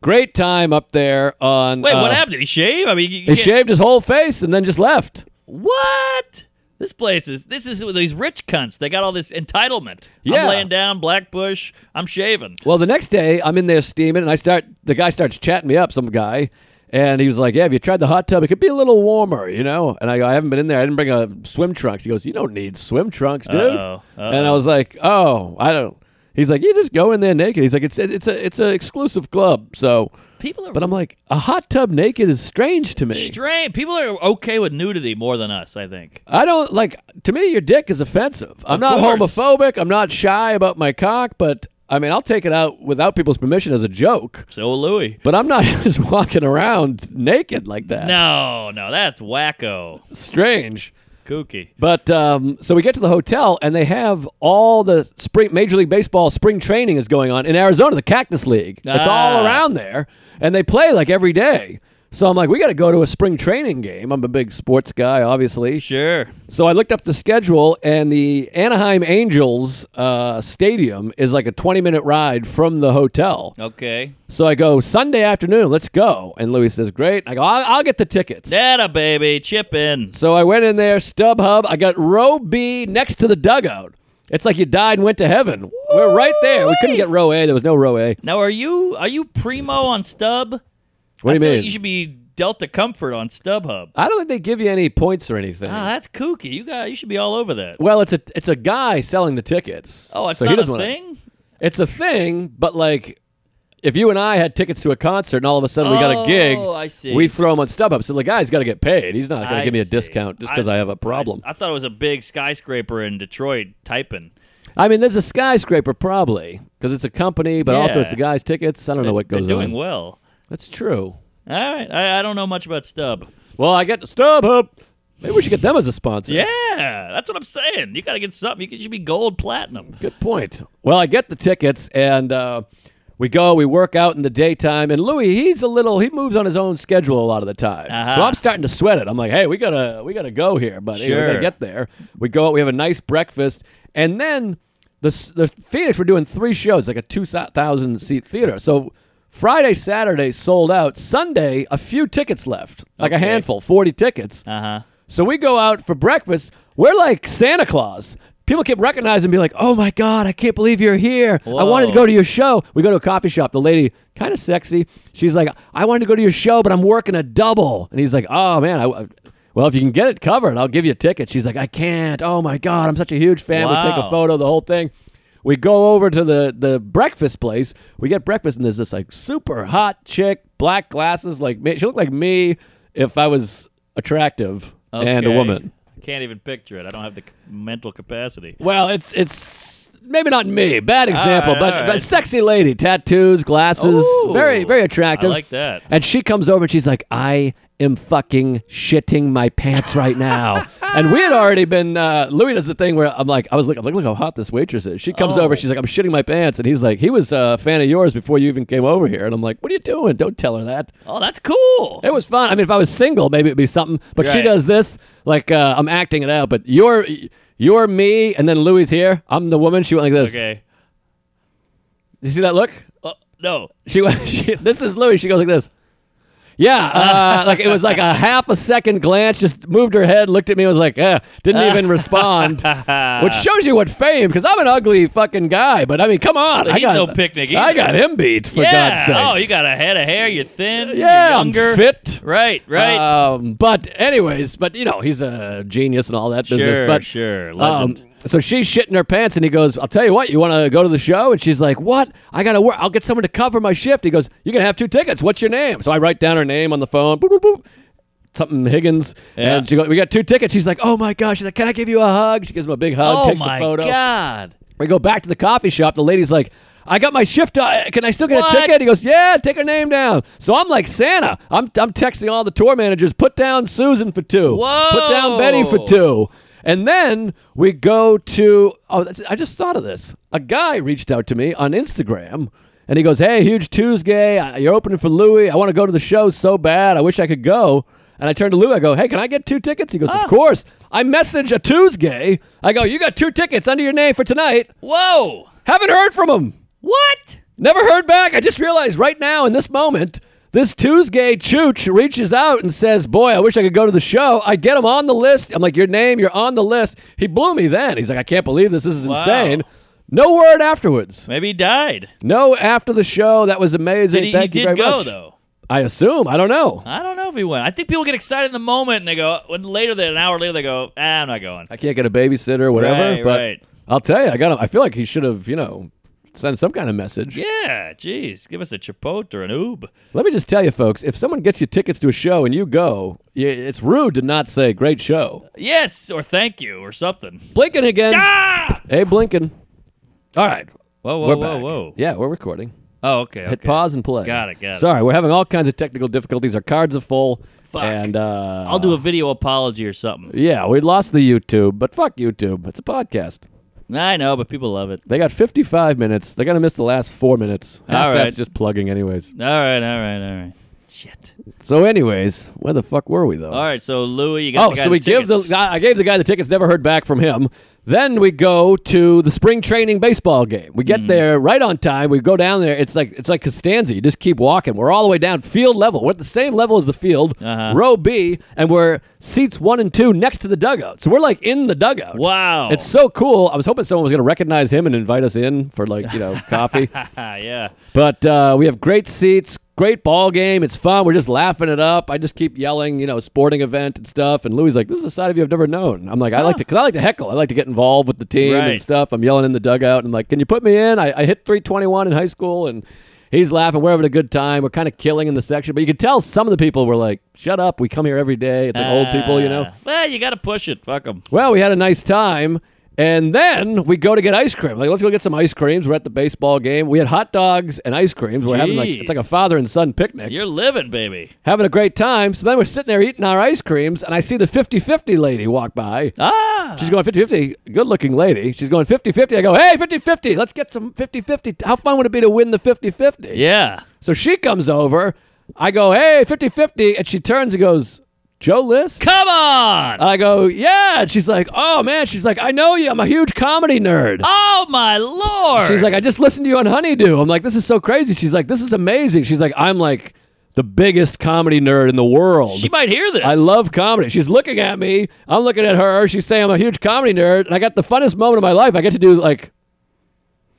Speaker 3: great time up there on.
Speaker 2: Wait, what
Speaker 3: uh,
Speaker 2: happened? Did he shave? I mean, you, you
Speaker 3: He
Speaker 2: can't-
Speaker 3: shaved his whole face and then just left.
Speaker 2: What? This place is this is these rich cunts. They got all this entitlement.
Speaker 3: Yeah.
Speaker 2: I'm laying down, black bush. I'm shaving.
Speaker 3: Well, the next day I'm in there steaming, and I start. The guy starts chatting me up, some guy, and he was like, "Yeah, have you tried the hot tub? It could be a little warmer, you know." And I go, "I haven't been in there. I didn't bring a swim trunks." He goes, "You don't need swim trunks, dude."
Speaker 2: Uh-oh. Uh-oh.
Speaker 3: And I was like, "Oh, I don't." He's like, "You just go in there naked." He's like, "It's it's a it's an exclusive club, so."
Speaker 2: People are
Speaker 3: But I'm like, a hot tub naked is strange to me.
Speaker 2: strange. People are okay with nudity more than us. I think.
Speaker 3: I don't like. To me, your dick is offensive. I'm
Speaker 2: Of
Speaker 3: not
Speaker 2: course.
Speaker 3: homophobic. I'm not shy about my cock, but I mean, I'll take it out without people's permission as a joke,
Speaker 2: So will Louis.
Speaker 3: but I'm not [LAUGHS] just walking around naked like that.
Speaker 2: No, no, that's wacko.
Speaker 3: Strange.
Speaker 2: Kooky.
Speaker 3: But um, so we get to the hotel, and they have all the spring Major League Baseball spring training is going on in Arizona, the Cactus League. It's all
Speaker 2: Ah.
Speaker 3: around there, and they play like every day. So I'm like, we got to go to a spring training game. I'm a big sports guy, obviously.
Speaker 2: Sure.
Speaker 3: So I looked up the schedule, and the Anaheim Angels uh, stadium is like a 20 minute ride from the hotel.
Speaker 2: Okay.
Speaker 3: So I go Sunday afternoon. Let's go. And Louis says, "Great." I go, "I'll, I'll get the tickets."
Speaker 2: Data, baby. Chip in.
Speaker 3: So I went in there, StubHub. I got row B next to the dugout. It's like you died and went to heaven. We're right there. We couldn't get row A. There was no row A.
Speaker 2: Now, are you are you primo on Stub?
Speaker 3: What
Speaker 2: I
Speaker 3: do
Speaker 2: feel
Speaker 3: you
Speaker 2: like
Speaker 3: mean?
Speaker 2: you should be Delta Comfort on StubHub.
Speaker 3: I don't think they give you any points or anything.
Speaker 2: Ah, that's kooky. You got you should be all over that.
Speaker 3: well, it's a it's a guy selling the tickets.
Speaker 2: Oh, it's
Speaker 3: so he
Speaker 2: not a
Speaker 3: doesn't wanna-
Speaker 2: thing.
Speaker 3: It's a thing, but like if you and I had tickets to a concert and all of a sudden we got a gig,
Speaker 2: Oh, I see.
Speaker 3: we throw him on StubHub. So the guy's got to get paid. He's not going to
Speaker 2: I
Speaker 3: give me a
Speaker 2: see.
Speaker 3: discount just
Speaker 2: I-
Speaker 3: because I, have a problem.
Speaker 2: I thought it was a big skyscraper in Detroit typing.
Speaker 3: I, mean, there's a skyscraper probably because it's a company, but also
Speaker 2: Yeah.
Speaker 3: it's the guy's tickets. I don't know what goes
Speaker 2: They're doing
Speaker 3: on.
Speaker 2: well.
Speaker 3: That's true.
Speaker 2: All right. I, I don't know much about Stub.
Speaker 3: Well, I get StubHub. Maybe we should get them as a sponsor.
Speaker 2: Yeah, that's what I'm saying. You got to get something. You could- you should be gold platinum.
Speaker 3: Good point. Well, I get the tickets and uh, we go, we work out in the daytime. And Louis, he's a little, he moves on his own schedule a lot of the time.
Speaker 2: Uh-huh.
Speaker 3: So I'm starting to sweat it. I'm like, hey, we gotta, we gotta go here, buddy. We gotta
Speaker 2: Sure.
Speaker 3: get there. We go out, we have a nice breakfast. And then the, s- the Phoenix, we're doing three shows, like a 2,000 seat theater. So Friday, Saturday sold out. Sunday, a few tickets left, like a
Speaker 2: Okay.
Speaker 3: handful, 40 tickets.
Speaker 2: Uh huh.
Speaker 3: So we go out for breakfast. We're like Santa Claus. People keep recognizing and be like, oh my God, I can't believe you're here. I wanted to
Speaker 2: Whoa.
Speaker 3: go to your show. We go to a coffee shop. The lady, kind of sexy, she's like, I wanted to go to your show, but I'm working a double. And he's like, oh man, I, well, if you can get it covered, I'll give you a ticket. She's like, I can't. Oh my God, I'm such a huge fan. We take a
Speaker 2: Wow.
Speaker 3: photo, the whole thing. We go over to the, the breakfast place. We get breakfast, and there's this like super hot chick, black glasses, like me. She looked like me if I was attractive and a
Speaker 2: Okay.
Speaker 3: woman.
Speaker 2: I can't even picture it. I don't have the c- mental capacity.
Speaker 3: Well, it's it's maybe not me. Bad example,
Speaker 2: right,
Speaker 3: but,
Speaker 2: all
Speaker 3: but
Speaker 2: right.
Speaker 3: sexy lady, tattoos, glasses,
Speaker 2: Ooh.
Speaker 3: very very
Speaker 2: I
Speaker 3: attractive.
Speaker 2: like that.
Speaker 3: And she comes over and she's like, "I am fucking shitting my pants right
Speaker 2: [LAUGHS]
Speaker 3: now." and we had already been. Uh, Louis does the thing where I'm like, I was like, look, look how hot this waitress is. She comes
Speaker 2: Oh.
Speaker 3: over, she's like, "I'm shitting my pants," and he's like, "He was a fan of yours before you even came over here." And I'm like, "What are you doing? Don't tell her that."
Speaker 2: Oh, that's cool.
Speaker 3: It was fun. I mean, if I was single, maybe it'd be something. But she
Speaker 2: Right.
Speaker 3: does this, like uh, I'm acting it out. But you're you're me, and then Louis here. I'm the woman. She went like this.
Speaker 2: Okay.
Speaker 3: You see that look?
Speaker 2: Oh, no.
Speaker 3: She went. [LAUGHS] She, this is Louis. She goes like this. Yeah,
Speaker 2: [LAUGHS]
Speaker 3: uh, like it was like a half a second glance. Just moved her head, looked at me, was like, eh, didn't
Speaker 2: [LAUGHS]
Speaker 3: even respond. Which shows you what fame, because I'm an ugly fucking guy. But I mean, come on, I
Speaker 2: He's
Speaker 3: got
Speaker 2: no picnic
Speaker 3: I
Speaker 2: either.
Speaker 3: got him beat for God's
Speaker 2: yeah.
Speaker 3: sake.
Speaker 2: Oh, you got a head of hair. You're thin.
Speaker 3: yeah,
Speaker 2: You're younger.
Speaker 3: I'm fit.
Speaker 2: Right. Right.
Speaker 3: Um, but anyways, but you know he's a genius and all that business.
Speaker 2: sure.
Speaker 3: but
Speaker 2: sure.
Speaker 3: um,
Speaker 2: Legend.
Speaker 3: so she's shitting her pants, and he goes, "I'll tell you what, you want to go to the show?" And she's like, "What? I gotta work. I'll get someone to cover my shift." He goes, "You can have two tickets. What's your name?" So I write down her name on the phone. Boop, boop, boop. Something Higgins,
Speaker 2: Yeah.
Speaker 3: and she goes, "We got two tickets." She's like, "Oh my gosh!" She's like, "Can I give you a hug?" She gives him a big hug,
Speaker 2: oh
Speaker 3: takes
Speaker 2: my
Speaker 3: a photo.
Speaker 2: God.
Speaker 3: We go back to the coffee shop. The lady's like, I got my shift. uh, Can I still get a
Speaker 2: What?
Speaker 3: ticket? He goes, Yeah, take her name down. So I'm like Santa. I'm, I'm texting all the tour managers. Put down Susan for two. Put down Betty for
Speaker 2: Whoa.
Speaker 3: two. And then we go to. Oh, that's, I just thought of this. A guy reached out to me on Instagram, and he goes, Hey, huge Tuesday. I- You're opening for Louis. I want to go to the show so bad. I wish I could go. And I turn to Lou. I go, "Hey, can I get two tickets?" He goes, "Of course." I message a Tuesday. I go, "You got two tickets under your name for tonight."
Speaker 2: Whoa.
Speaker 3: Haven't heard from him.
Speaker 2: What?
Speaker 3: Never heard back. I just realized right now in this moment, this Tuesday Chooch reaches out and says, Boy, I wish I could go to the show. I get him on the list. I'm like, Your name, you're on the list. He blew me then. He's like, I can't believe this. This is
Speaker 2: Wow.
Speaker 3: insane. No word afterwards.
Speaker 2: Maybe he died.
Speaker 3: No after the show. That was amazing.
Speaker 2: Did he, he
Speaker 3: Thank you
Speaker 2: did
Speaker 3: very
Speaker 2: go
Speaker 3: much.
Speaker 2: though.
Speaker 3: I assume. I don't know.
Speaker 2: I don't know if he went. I think people get excited in the moment and they go. When later, than an hour later, they go, ah, I'm not going.
Speaker 3: I can't get a babysitter or whatever.
Speaker 2: Right,
Speaker 3: but
Speaker 2: right.
Speaker 3: I'll tell you, I got him. I feel like he should have, you know, sent some kind of message.
Speaker 2: Yeah, jeez, give us a chipotle or an oob.
Speaker 3: Let me just tell you, folks, if someone gets you tickets to a show and you go, y- it's rude to not say great show.
Speaker 2: Yes, or thank you or something.
Speaker 3: Blinken again.
Speaker 2: Ah!
Speaker 3: Hey, Blinken. All right.
Speaker 2: Whoa, whoa,
Speaker 3: we're
Speaker 2: whoa,
Speaker 3: back.
Speaker 2: whoa.
Speaker 3: Yeah, we're recording.
Speaker 2: Oh, okay.
Speaker 3: Hit
Speaker 2: okay.
Speaker 3: pause and play.
Speaker 2: Got it, got it.
Speaker 3: Sorry, we're having all kinds of technical difficulties. Our cards are full.
Speaker 2: Fuck.
Speaker 3: And uh,
Speaker 2: I'll do a video apology or something.
Speaker 3: Yeah, we lost the YouTube, but fuck YouTube. It's a podcast.
Speaker 2: I know, but people love it.
Speaker 3: They got 55 minutes. They're gonna miss the last four minutes. Half
Speaker 2: All
Speaker 3: that's
Speaker 2: right.
Speaker 3: just plugging, anyways.
Speaker 2: All right, all right, all right. Shit.
Speaker 3: So, anyways, where the fuck were we though?
Speaker 2: All right, so Louis, you got
Speaker 3: Oh,
Speaker 2: the guy
Speaker 3: so we
Speaker 2: the
Speaker 3: give the
Speaker 2: tickets.
Speaker 3: I I gave the guy the tickets. Never heard back from him. Then we go to the spring training baseball game. We get
Speaker 2: Mm-hmm.
Speaker 3: there right on time. We go down there. It's like it's like Costanza. You just keep walking. We're all the way down field level. We're at the same level as the field,
Speaker 2: Uh-huh.
Speaker 3: row B, and we're seats one and two next to the dugout. So we're like in the dugout.
Speaker 2: Wow.
Speaker 3: It's so cool. I was hoping someone was going to recognize him and invite us in for like you know coffee.
Speaker 2: [LAUGHS] Ah, yeah.
Speaker 3: But uh, we have great seats, great ball game. It's fun. We're just laughing it up. I just keep yelling, you know, sporting event and stuff. And Louis like, "This is a side of you I've never known." I'm like, "I like to, cause I like to heckle. I like to get involved with the team
Speaker 2: Right.
Speaker 3: and stuff." I'm yelling in the dugout. And I'm like, "Can you put me in?" I, I hit 321 in high school, and he's laughing. We're having a good time. We're kind of killing in the section, but you could tell some of the people were like, "Shut up. We come here every day. It's like old people, you know."
Speaker 2: Ah. Well, you got to push it. Fuck them.
Speaker 3: Well, we had a nice time. And then we go to get ice cream. Like, let's go get some ice creams. We're at the baseball game. We had hot dogs and ice creams. We're having like
Speaker 2: Jeez.
Speaker 3: it's like a father and son picnic.
Speaker 2: You're living, baby.
Speaker 3: having a great time. So then we're sitting there eating our ice creams, and I see the 50-50 lady walk by.
Speaker 2: Ah.
Speaker 3: She's going 50-50, good looking lady. She's going 50-50. I go, hey, 50-50, let's get some 50-50. How fun would it be to win the 50-50?
Speaker 2: Yeah.
Speaker 3: So she comes over. I go, hey, 50-50, and she turns and goes, Joe List?
Speaker 2: Come on.
Speaker 3: I go, yeah. And she's like, oh man. She's like, I know you. I'm a huge comedy nerd.
Speaker 2: oh my lord.
Speaker 3: She's like, I just listened to you on Honeydew. I'm like, this is so crazy. She's like, this is amazing. She's like, I'm like the biggest comedy nerd in the world.
Speaker 2: she might hear this.
Speaker 3: I love comedy. She's looking at me. I'm looking at her. She's saying I'm a huge comedy nerd. And I got the funnest moment of my life. I get to do like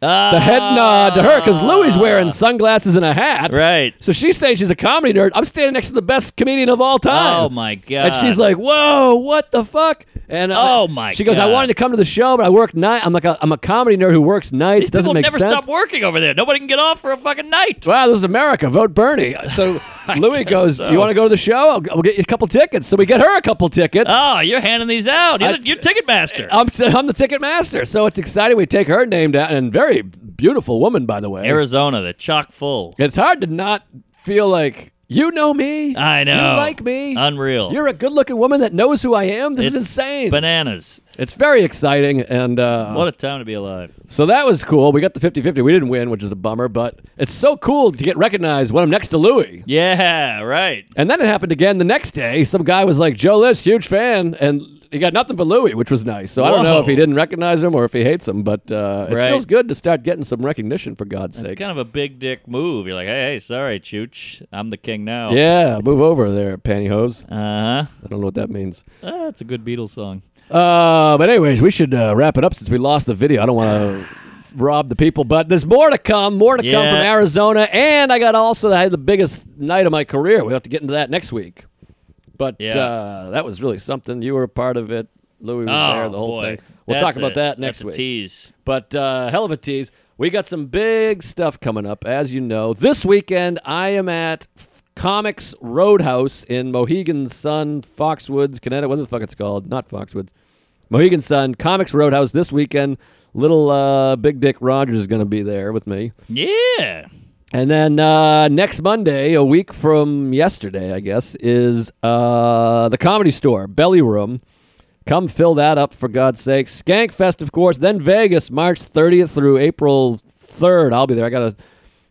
Speaker 2: Ah.
Speaker 3: the head nod to her because Louie's wearing sunglasses and a hat.
Speaker 2: Right.
Speaker 3: So she's saying she's a comedy nerd. I'm standing next to the best comedian of all time.
Speaker 2: Oh my god.
Speaker 3: And she's like, "Whoa, what the fuck?" And uh,
Speaker 2: Oh, my
Speaker 3: She goes, "I
Speaker 2: God.
Speaker 3: wanted to come to the show, but I work night. I'm like, a, I'm a comedy nerd who works nights.
Speaker 2: These
Speaker 3: Doesn't
Speaker 2: people
Speaker 3: make
Speaker 2: never
Speaker 3: sense."
Speaker 2: stop working over there. Nobody can get off for a fucking night.
Speaker 3: Wow, this is America. Vote
Speaker 2: [LAUGHS]
Speaker 3: Bernie. So Louis
Speaker 2: guess
Speaker 3: goes,
Speaker 2: so.
Speaker 3: "You want to go to the show? I'll, I'll get you a couple tickets." So we get her a couple tickets.
Speaker 2: Oh, you're handing these out. You're,
Speaker 3: I-
Speaker 2: the, you're Ticketmaster.
Speaker 3: I'm, I'm the ticket master, so it's exciting. We take her name down, and very beautiful woman, by the way.
Speaker 2: Arizona, they're chock full.
Speaker 3: It's hard to not feel like you know me.
Speaker 2: I know.
Speaker 3: You like me.
Speaker 2: Unreal.
Speaker 3: You're a good-looking woman that knows who I am. This is
Speaker 2: It's
Speaker 3: insane.
Speaker 2: bananas.
Speaker 3: it's very exciting, and uh,
Speaker 2: What a time to be alive.
Speaker 3: So that was cool. We got the 50 50. We didn't win, which is a bummer, but it's so cool to get recognized when I'm next to Louis.
Speaker 2: Yeah, right.
Speaker 3: And then it happened again the next day. Some guy was like, Joe List, huge fan. And he got nothing for Louis, which was nice. So I don't know if he
Speaker 2: Whoa.
Speaker 3: didn't recognize him or if he hates him, but uh, it
Speaker 2: Right.
Speaker 3: feels good to start getting some recognition, for God's
Speaker 2: It's
Speaker 3: sake.
Speaker 2: kind of a big dick move. You're like, hey, hey, sorry, Chooch. I'm the king now.
Speaker 3: yeah, move over there, pantyhose.
Speaker 2: Uh-huh.
Speaker 3: I don't know what that means.
Speaker 2: Ah, that's a good Beatles song.
Speaker 3: Uh, but anyways, we should uh, wrap it up since we lost the video. I don't want to [SIGHS] rob the people, but there's more to come, more to come
Speaker 2: Yeah.
Speaker 3: from Arizona, and I got also I had the biggest night of my career. We have to get into that next week. But
Speaker 2: Yeah.
Speaker 3: uh, that was really something. You were a part of it. Louis was
Speaker 2: oh,
Speaker 3: there. The whole
Speaker 2: boy.
Speaker 3: thing. We'll
Speaker 2: That's
Speaker 3: talk about
Speaker 2: a-
Speaker 3: that next
Speaker 2: that's
Speaker 3: week.
Speaker 2: A tease.
Speaker 3: But uh, hell of a tease. We got some big stuff coming up, as you know. This weekend, I am at F- Comics Roadhouse in Mohegan Sun, Foxwoods, Connecticut. What the fuck it's called? Not Foxwoods. Mohegan Sun, Comics Roadhouse this weekend. Little uh, Big Dick Rogers is going to be there with me.
Speaker 2: Yeah.
Speaker 3: And then uh, next Monday, a week from yesterday, I guess, is uh, the Comedy Store, Belly Room. Come fill that up for God's sake. Skankfest, of course. Then Vegas, March 30th through April 3rd. I'll be there. I got to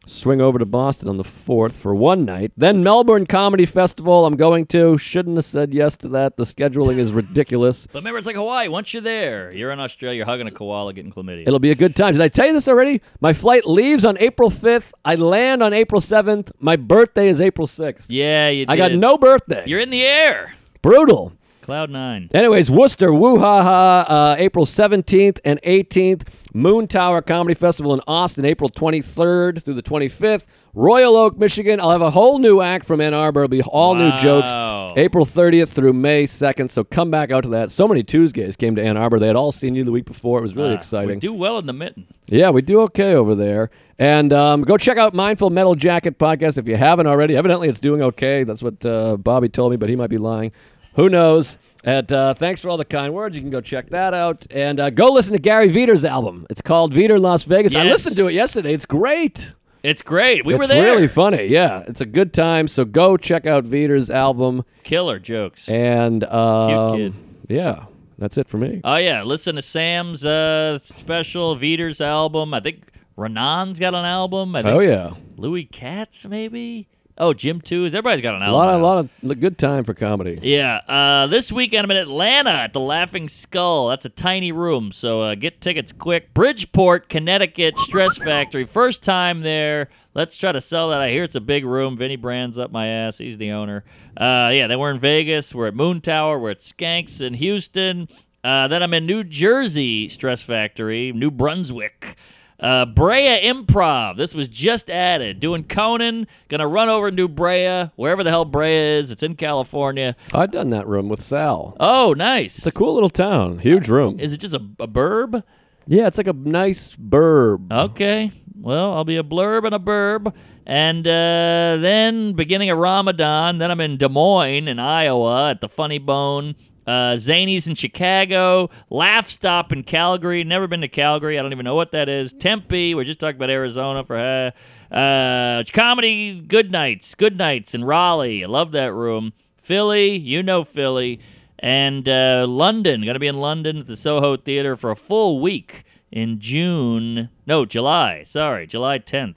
Speaker 3: swing over to Boston on the 4th for one night. Then Melbourne Comedy Festival, I'm going to. Shouldn't have said yes to that. The scheduling is ridiculous.
Speaker 2: But remember, it's like Hawaii. Once you're there, you're in Australia, you're hugging a koala, getting chlamydia.
Speaker 3: It'll be a good time. Did I tell you this already? My flight leaves on April 5th. I land on April 7th. My birthday is April 6th.
Speaker 2: yeah, you
Speaker 3: I got
Speaker 2: did.
Speaker 3: no birthday.
Speaker 2: You're in the air.
Speaker 3: Brutal.
Speaker 2: Cloud nine.
Speaker 3: Anyways, Worcester, woo ha ha, uh, April 17th and 18th. Moon Tower Comedy Festival in Austin, April 23rd through the 25th. Royal Oak, Michigan. I'll have a whole new act from Ann Arbor. It'll be all new jokes.
Speaker 2: Wow.
Speaker 3: April 30th through May 2nd. So come back out to that. So many Tuesdays came to Ann Arbor. They had all seen you the week before. It was really
Speaker 2: Ah,
Speaker 3: exciting.
Speaker 2: We do well in the mitten.
Speaker 3: Yeah, we do okay over there. And um, go check out Mindful Metal Jacket podcast if you haven't already. Evidently, it's doing okay. That's what uh, Bobby told me, but he might be lying. Who knows? At uh, thanks for all the kind words. You can go check that out and uh, go listen to Gary Veter's album. It's called Veter in Las Vegas. I
Speaker 2: Yes.
Speaker 3: listened to it yesterday. It's great.
Speaker 2: It's great. We
Speaker 3: it's
Speaker 2: were there.
Speaker 3: really funny. Yeah, it's a good time. So go check out Veter's album
Speaker 2: Killer jokes.
Speaker 3: and um,
Speaker 2: kid.
Speaker 3: yeah, that's it for me.
Speaker 2: Oh yeah, listen to Sam's uh, special Veter's album. I think Renan's got an album. I think
Speaker 3: oh yeah,
Speaker 2: Louis Katz maybe. Oh, Jim Tooze. Everybody's got an
Speaker 3: a
Speaker 2: album.
Speaker 3: lot, a
Speaker 2: out.
Speaker 3: lot of good time for comedy.
Speaker 2: Yeah, uh, this weekend I'm in Atlanta at the Laughing Skull. That's a tiny room, so uh, get tickets quick. Bridgeport, Connecticut, Stress Factory. First time there. Let's try to sell that. I hear it's a big room. Vinny Brand's up my ass. He's the owner. Uh, yeah, then we're in Vegas. We're at Moon Tower. We're at Skanks in Houston. Uh, then I'm in New Jersey, Stress Factory, New Brunswick. Uh, Brea Improv. This was just added. Doing Conan. Gonna run over to New Brea, wherever the hell Brea is. It's in California.
Speaker 3: I've done that room with Sal.
Speaker 2: Oh, nice.
Speaker 3: It's a cool little town, huge room.
Speaker 2: Is it just a, a burb?
Speaker 3: yeah, it's like a nice burb.
Speaker 2: Okay. Well, I'll be a blurb and a burb. And uh, then beginning of Ramadan, then I'm in Des Moines in Iowa at the Funny Bone. Uh, Zanies in Chicago, Laugh Stop in Calgary. Never been to Calgary. I don't even know what that is. Tempe. We're just talking about Arizona for uh, uh, comedy. Good nights. Good nights in Raleigh. I love that room. Philly. You know Philly. and uh, London. Going to be in London at the Soho Theater for a full week in June. No, July. Sorry, July 10th.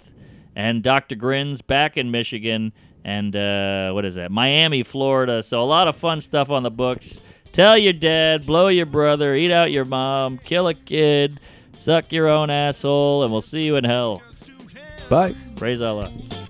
Speaker 2: And Dr. Grin's back in Michigan and uh, what is that? Miami, Florida. So a lot of fun stuff on the books. Tell your dad, blow your brother, eat out your mom, kill a kid, suck your own asshole, and we'll see you in hell.
Speaker 1: Just to hell
Speaker 3: Bye.
Speaker 2: Praise Allah.